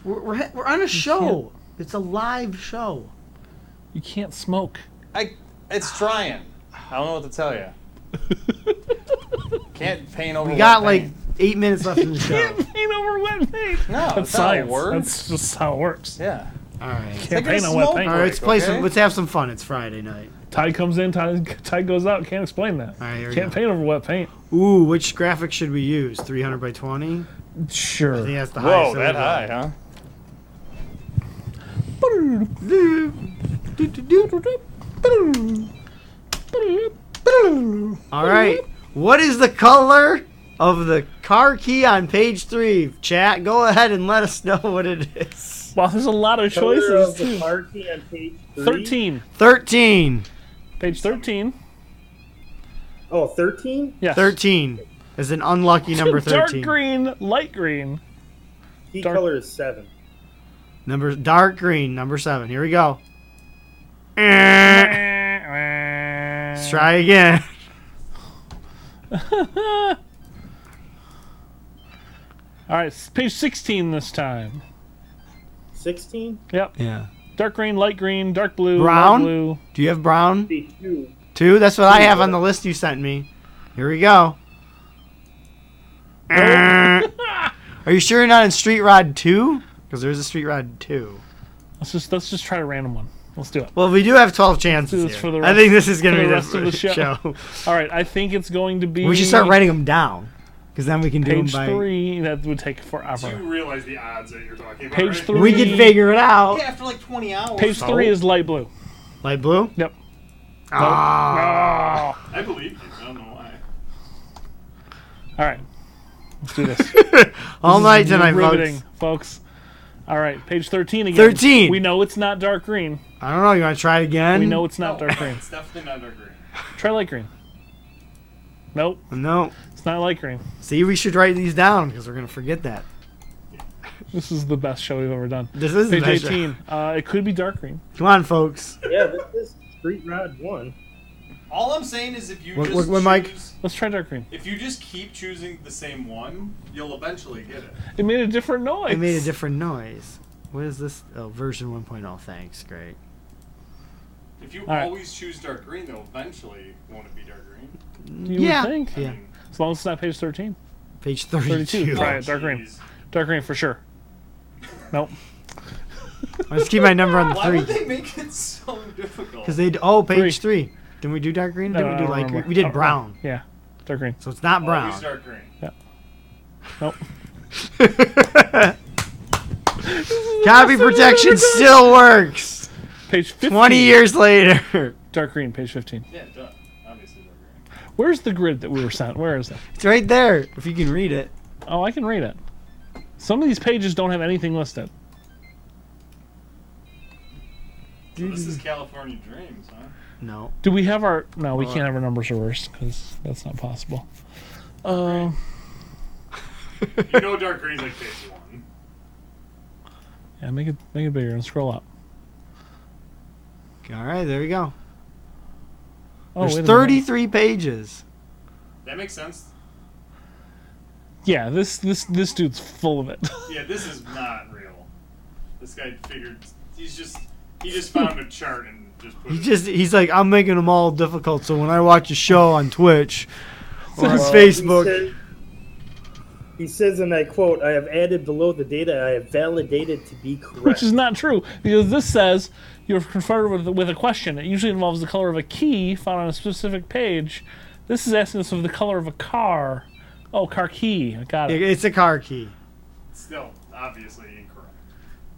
S1: We're, we're, ha- we're on a show. It's a live show.
S2: you can't smoke. [LAUGHS]
S5: I. It's trying. I don't know what to tell you. Can't paint over.
S1: We
S4: Oh,
S1: got like eight minutes left
S2: [LAUGHS]
S1: in the show.
S2: Can't paint over wet paint.
S5: No,
S2: That's
S5: that's not how it
S2: science.
S5: works.
S2: That's just how it works.
S5: Yeah.
S1: All right.
S2: Can't
S5: Take a
S2: paint on wet
S5: smoke
S2: paint.
S1: All right, let's
S5: break,
S1: play
S5: okay?
S1: some. Let's have some fun. It's Friday night.
S2: Tide comes in, tide, tide goes out. Can't explain that.
S1: All right, here we
S2: Can't
S1: go.
S2: paint over wet paint.
S1: Ooh, which graphic should we use? 300 by 20. I
S2: Sure.
S1: think that's the highest.
S5: Whoa, that high, huh?
S1: we All right. What is the color of the car key on page three? Chat, go ahead and let us [LAUGHS] know what it is.
S2: Wow, there's a lot of
S4: Color
S2: choices.
S4: of the
S2: too.
S4: car key on page three?
S2: 13.
S1: 13.
S2: Page 13.
S4: Oh, 13?
S2: Yes.
S1: 13 is an
S2: [LAUGHS]
S1: unlucky number
S2: Dark
S1: 13.
S2: green, light green.
S4: Key
S2: Dark-
S4: color is 7.
S1: Number dark green, number 7. Here we go. Let's try again.
S2: [LAUGHS] All right, it's page 16 this time.
S4: 16?
S2: Yep.
S1: Yeah.
S2: Dark green, light green, dark blue,
S1: Brown?
S2: light blue.
S1: Do you have brown?
S4: Be two.
S1: Two? That's what I have on the list you sent me. Here we
S2: [LAUGHS]
S1: go. Are you sure you're not in Street Rod 2? Because there's a Street Rod 2.
S2: Let's just let's just try a random one. Let's do it.
S1: Well, we do have 12
S2: do
S1: chances.
S2: this
S1: here.
S2: for the
S1: I
S2: rest-
S1: think this is going
S2: for
S1: to be
S2: the
S1: the
S2: rest of the show.
S1: [LAUGHS] show.
S2: All right, I think it's going to be.
S1: we should start writing them down. Because then we can do
S2: page
S1: them by.
S2: three. That would take
S5: Do you
S2: forever.
S5: realize the odds that you're talking about?
S2: Page
S5: right?
S2: three.
S1: We can figure it out.
S3: after like 20 hours.
S2: Page three is light blue.
S1: Light blue?
S2: Yep. Oh.
S1: Ah.
S5: I believe you. I don't know why.
S2: All right, let's
S1: [LAUGHS]
S2: do [LAUGHS] this.
S1: All night tonight,
S2: Riveting,
S1: folks.
S2: folks. All right, page thirteen again.
S1: 13.
S2: We know it's not dark green.
S1: I don't know. You want to try it again?
S2: We know it's not dark green.
S5: It's definitely not our green.
S2: Try light green. Nope,
S1: No.
S2: it's not light green.
S1: See, we should write these down because we're going to forget that.
S2: This is the best show we've ever done.
S1: This is a
S2: Page
S1: nice show.
S2: 18. Uh, it could be dark green.
S1: Come on, folks.
S4: Yeah, this is Street Rod 1.
S6: All I'm saying is if you
S1: What-
S6: just
S1: what- what, Mike?
S6: choose-
S2: Let's try dark green.
S6: if you just keep choosing the same one, you'll eventually get it.
S2: It made a different noise.
S1: It made a different noise. What is this? Oh, version 1.0. Thanks. Great.
S6: If you
S2: right.
S6: always choose dark green, though, eventually won't it be dark green?
S2: You
S1: yeah.
S2: would think.
S1: Yeah.
S2: As long as it's not page 13.
S1: Page
S2: 32.
S1: 32.
S2: Try it. Dark green.
S6: Jeez.
S2: Dark green for sure. Nope.
S1: [LAUGHS] Let's keep my number on the
S6: Why would
S1: three.
S6: they make it so difficult?
S1: Because they. Oh, page three. did Didn't we do dark green?
S2: No,
S1: Didn't
S2: I
S1: we do
S2: don't
S1: light
S2: remember. Oh,
S1: green? We
S2: I
S1: did
S2: don't
S1: brown.
S2: Yeah. Dark green.
S1: So it's not
S6: Always
S1: brown. [LAUGHS]
S6: dark green.
S2: Nope.
S1: Copy protection
S2: [LAUGHS]
S1: still works.
S2: Page 15.
S1: 20 years later. [LAUGHS]
S2: Dark green, page 15.
S6: Yeah, duh. Obviously dark green.
S2: [LAUGHS] Where's the grid that we were sent? Where is it?
S1: It's right there. If you can read it.
S2: Oh, I can read it. Some of these pages don't have anything listed.
S6: So this is California Dreams, huh?
S1: No.
S2: Do we have our. No, we can't have our numbers reversed because that's not possible. Um.
S5: You know dark green's like page one.
S2: yeah, make it, make it bigger and scroll up.
S1: All right, there we go.
S2: Oh,
S1: There's
S2: wait a minute.
S1: 33 pages.
S5: That makes sense.
S2: Yeah, this this this dude's full of it. [LAUGHS]
S5: Yeah, this is not real. This guy figured he's just he just found a chart and just put
S1: He
S5: it-
S1: just he's like I'm making them all difficult so when I watch a show on Twitch or on
S4: [LAUGHS] Well, He
S1: Facebook
S4: says, he says, and I quote, I have added below the data I have validated to be correct.
S2: which is not true because this says you're confronted with, with a question. It usually involves the color of a key found on a specific page. This is asking us of the color of a car. Oh, car key. I got it.
S1: it's a car key.
S5: still obviously incorrect.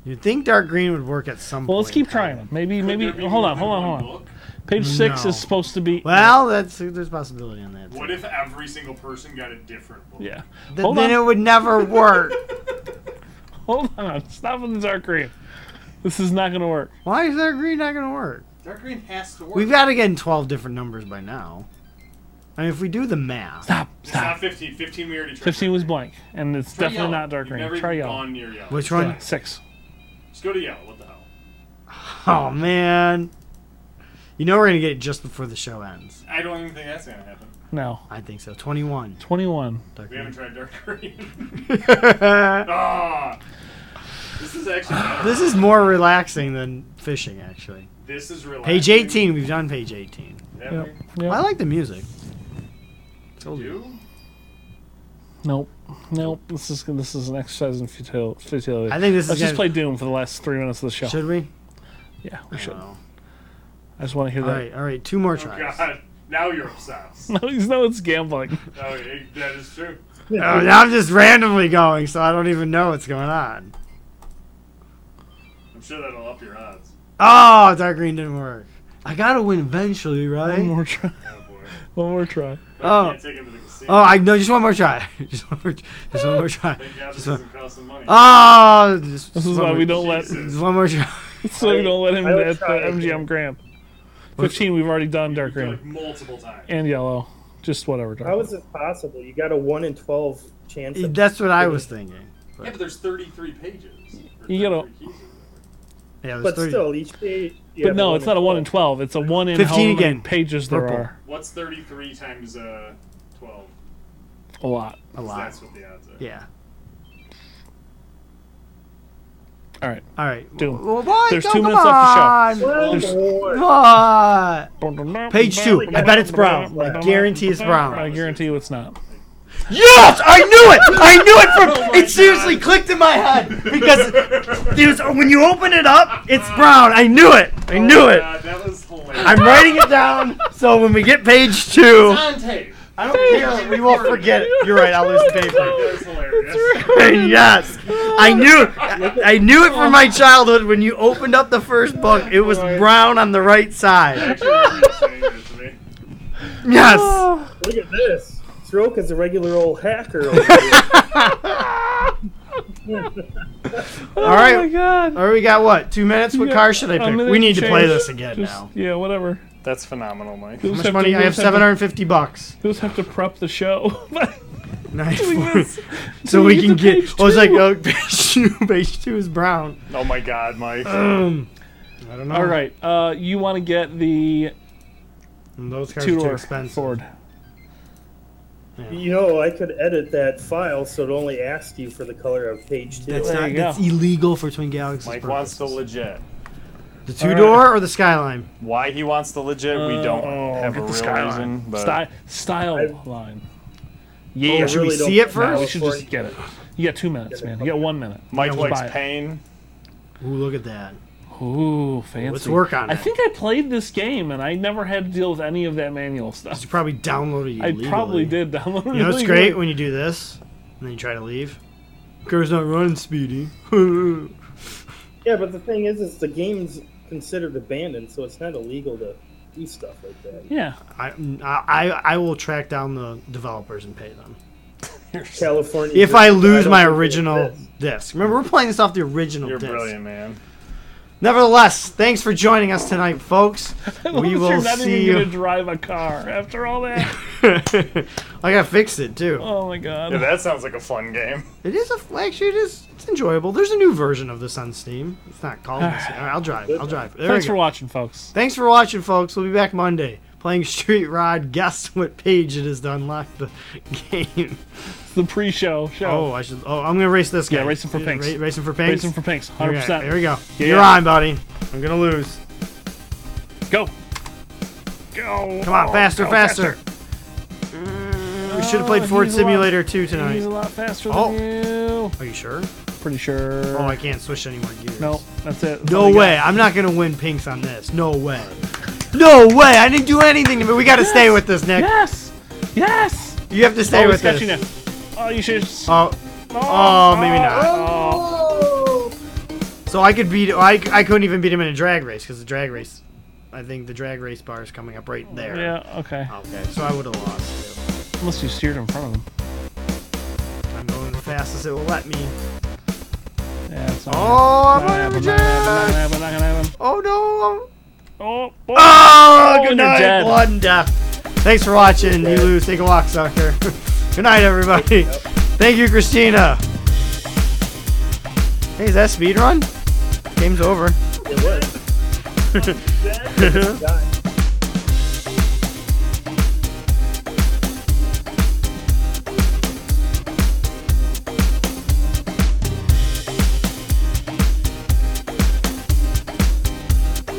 S1: You'd think dark green would work at some
S2: Well,
S1: point.
S2: let's keep trying them. Maybe, maybe.
S5: There may be
S2: Hold on,
S5: more
S2: hold on,
S5: than one
S2: hold on.
S5: book.
S2: Page six
S1: No.
S2: is supposed to be.
S1: Well, that's there's a possibility on that. too.
S5: What if every single person got a different book?
S2: yeah.
S1: Th-
S2: hold
S1: then
S2: on,
S1: it would
S2: [LAUGHS]
S1: never work.
S2: hold on. Stop with the dark green. This is not going to work.
S1: Why is dark green not gonna work?
S6: Dark green has to work.
S1: We've got to get in 12 different numbers by now. I mean, if we do the math,
S2: Stop.
S5: It's
S2: Stop.
S5: not 15. 15 we already tried.
S2: Fifteen was blank, and it's
S5: Try
S2: definitely
S5: yellow.
S2: not dark
S5: You've
S2: green.
S5: Never
S2: Try
S5: even
S2: yellow.
S5: gone near yellow.
S1: which one?
S2: Six.
S5: Just go to yellow. What the hell?
S1: [LAUGHS] Oh man, you know we're gonna get it just before the show ends.
S5: I don't even think that's gonna happen.
S2: No.
S1: I think so. 21.
S2: Twenty-one.
S1: Dark
S5: We haven't
S1: green.
S5: tried dark [LAUGHS] green.
S1: [LAUGHS]
S5: ah, this is actually better.
S1: this is more relaxing than fishing, actually.
S5: This is relaxing.
S1: Page 18. We've done page 18.
S5: That
S2: Yep.
S5: way-
S2: Yep.
S1: I like the music. Told you.
S5: You?
S2: Nope. Nope. This is this is an exercise in futil- futility.
S1: I think this is
S2: Let's just
S1: gonna-
S2: play Doom for the last three minutes of the show.
S1: Should Uh, we?
S2: yeah, we
S1: I
S2: should.
S1: don't know.
S2: I just want to hear
S1: All
S2: that.
S1: right, all right. Two more
S6: Oh,
S1: tries.
S5: God, now you're
S2: [LAUGHS]
S5: obsessed.
S2: No, he's no,
S1: [LAUGHS]
S2: it's gambling.
S5: Oh, it- that is true.
S1: Oh, now I'm just randomly going, so I don't even know what's going on.
S6: I'm sure that'll up your odds.
S1: Oh, dark green didn't work. I gotta win eventually,
S2: One
S1: right?
S2: more try.
S6: Oh boy.
S2: One more try.
S1: Oh,
S6: Can't take him to the casino.
S1: oh, I no, just one more try. [LAUGHS] just one more, just one more try.
S6: Thank God this
S1: Just one,
S6: doesn't cost some money.
S1: oh, just,
S2: This is
S1: one
S2: why
S1: more,
S2: we don't let
S6: Jesus.
S1: Just one more try. [LAUGHS]
S2: [LAUGHS] so we don't let him
S4: I would
S2: at the
S4: try it.
S2: MGM Grand. Fifteen we've already done dark
S6: Like,
S2: green
S6: multiple times.
S2: and yellow. Just whatever. Dark.
S4: How is this possible? You got a one in twelve chance. Of,
S1: That's what I was thinking.
S6: Yeah, but there's 33 pages. or 33
S2: You gotta-
S6: keys or whatever.
S1: Yeah, it was
S4: but
S1: 30.
S4: still, each page. you
S2: But
S4: have
S2: no, it's not a one in twelve. It's a one in
S1: 15
S2: how many
S1: again.
S2: pages there
S1: Purple.
S2: are.
S6: What's 33 times uh, 12?
S2: A lot.
S1: a lot.
S6: That's what the odds are.
S1: Yeah.
S2: All right.
S1: All right.
S2: Do 'em.
S1: Well, what?
S2: There's
S1: Oh,
S2: two
S1: come
S2: minutes left
S1: on.
S4: Well,
S2: There's-
S4: Lord,
S1: What? Page two. I bet it's brown. I guarantee it's
S2: I
S1: brown.
S2: guarantee you it's
S1: [LAUGHS]
S2: not.
S1: Yes, I knew it. I knew it from. it seriously clicked in my head because
S6: [LAUGHS]
S1: it was, when you open it up, it's brown. I knew it. I knew it.
S6: Oh, God, that was hilarious.
S1: I'm writing it down so when we get page two,
S6: on tape.
S1: I don't care. We won't forget it. You're right. I'll lose the paper.
S6: That was
S1: [LAUGHS]
S6: hilarious.
S1: yes, I knew. I knew it from my childhood. When you opened up the first book, it
S2: Oh
S1: was brown on the right side.
S6: Actually, I remember saying that to me.
S2: Oh
S1: Yes.
S4: look at this. Stroke is a regular old
S1: [LAUGHS]
S4: hacker. Over here.
S1: All right.
S2: Oh my god.
S1: All right, we got what? Two minutes. What
S2: Yeah,
S1: car should I
S2: a
S1: pick?
S2: minute
S1: We need to play
S2: change.
S1: this again
S2: Just-
S1: now.
S2: Yeah, whatever.
S5: That's phenomenal, Mike.
S2: How
S1: How much money? I have seven hundred and fifty
S2: [LAUGHS]
S1: bucks.
S2: We just have to prep the show. [LAUGHS]
S1: Nice.
S2: this.
S1: [LAUGHS] so we can get.
S2: Page
S1: I was like,
S2: two.
S1: oh, [LAUGHS] page two. Page two is brown.
S5: Oh my God, Mike.
S1: I don't know.
S2: All right. Uh, you want to get the
S1: And those cars are too
S2: two-door
S1: expensive.
S2: Ford.
S4: you know, I could edit that file so it only asks you for the color of page two.
S1: That's
S2: There
S1: not.
S2: you go.
S1: That's illegal for Twin Galaxies.
S5: Mike wants the
S1: purposes.
S5: legit.
S1: the two door or the Skyline.
S5: Why he wants the legit, we don't have
S2: Oh, Get
S5: a real
S2: the skyline.
S5: reason. But
S2: Sty- style
S4: I-
S2: line.
S4: I
S2: Yeah,
S1: should we
S4: don't
S1: see it
S4: know
S1: first?
S2: we
S1: No,
S2: should
S4: for
S2: just
S4: you.
S2: get it. You got two minutes, man. You got one minute.
S5: Mike
S1: Don't
S5: likes
S2: buy it.
S5: pain.
S1: Ooh, look at that.
S2: Ooh, fancy.
S1: Let's work on
S2: I
S1: it.
S2: think I played this game and I never had to deal with any of that manual stuff.
S1: You probably downloaded it.
S2: I
S1: illegally.
S2: probably did download it
S1: You know, it's
S2: [LAUGHS] illegally.
S1: great when you do this and then you try to leave. Car's not running speedy. [LAUGHS] yeah,
S4: Yeah, but the thing is, is the game's considered abandoned, so it's not illegal to do stuff like that.
S2: Yeah.
S1: I, I I will track down the developers and pay them
S4: California.
S1: if I lose
S4: don't
S1: my
S4: think it
S1: original
S4: exists.
S1: disc. Remember, we're playing this off the original
S5: You're
S1: disc.
S5: brilliant, man.
S1: Nevertheless, thanks for joining us tonight,
S2: [LAUGHS]
S1: folks. we
S2: You're
S1: will
S2: not
S1: see
S2: even
S1: you.
S2: gonna drive a car after all that.
S1: [LAUGHS] I gotta fix it too.
S2: Oh my god.
S5: Yeah, that sounds like a fun game.
S1: It is a actually it is it's enjoyable. There's a new version of this on Steam. It's not
S2: [SIGHS]
S1: called. this. All right, I'll drive. I'll drive. There
S2: Thanks
S1: we go.
S2: for watching, folks.
S1: Thanks for watching, folks. We'll be back Monday playing [LAUGHS] Street Rod. Guess what page it is to unlock the game?
S2: It's the pre-show
S1: Oh,
S2: show.
S1: I should. Oh, I'm gonna race this guy.
S2: Yeah, racing for pinks.
S1: Ra- racing for pinks.
S2: Racing for pinks, hundred
S1: Okay, Here
S2: percent.
S1: we go.
S2: Yeah.
S1: You're on, buddy. I'm gonna lose.
S2: Go. Go.
S1: Come on, faster,
S2: Go
S1: faster. We should have
S2: Oh,
S1: played Ford
S2: he's a lot-
S1: Simulator 2
S2: He's a
S1: tonight.
S2: lot faster
S1: Oh.
S2: than you.
S1: Are you sure?
S2: Pretty sure.
S1: Oh, I can't switch any more gears.
S2: no, Oh, that's it. That's
S1: No
S2: all we got.
S1: way. I'm not gonna win pinks on this. No way. No way. I didn't do anything. But we gotta stay with this, Nick.
S2: Yes. Yes.
S1: You have to stay
S2: oh,
S1: with
S2: it's got
S1: this.
S2: you now. Oh, you should.
S1: Oh, oh, maybe not.
S2: Oh.
S1: So I could beat. I, I couldn't even beat him in a drag race because the drag race. I think the drag race bar is coming up right there.
S2: Yeah. Okay.
S1: Okay. So I would have lost. too.
S2: Unless you steered in front of him.
S1: I'm going the fastest it will let me.
S2: Yeah. It's not
S1: Oh, I'm on
S2: gonna happen,
S1: the
S2: not gonna
S1: jet.
S2: happen, not gonna happen, not gonna happen.
S1: Oh no. I'm-
S2: Oh. Oh.
S1: Oh,
S2: and
S1: good
S2: you're
S1: night,
S2: dead.
S1: blood and death. Thanks for watching. You lose. Take a walk, sucker. [LAUGHS] good night, everybody. Thank you, Christina. Hey, is that speed run? Game's over.
S4: It was.
S1: All
S4: God.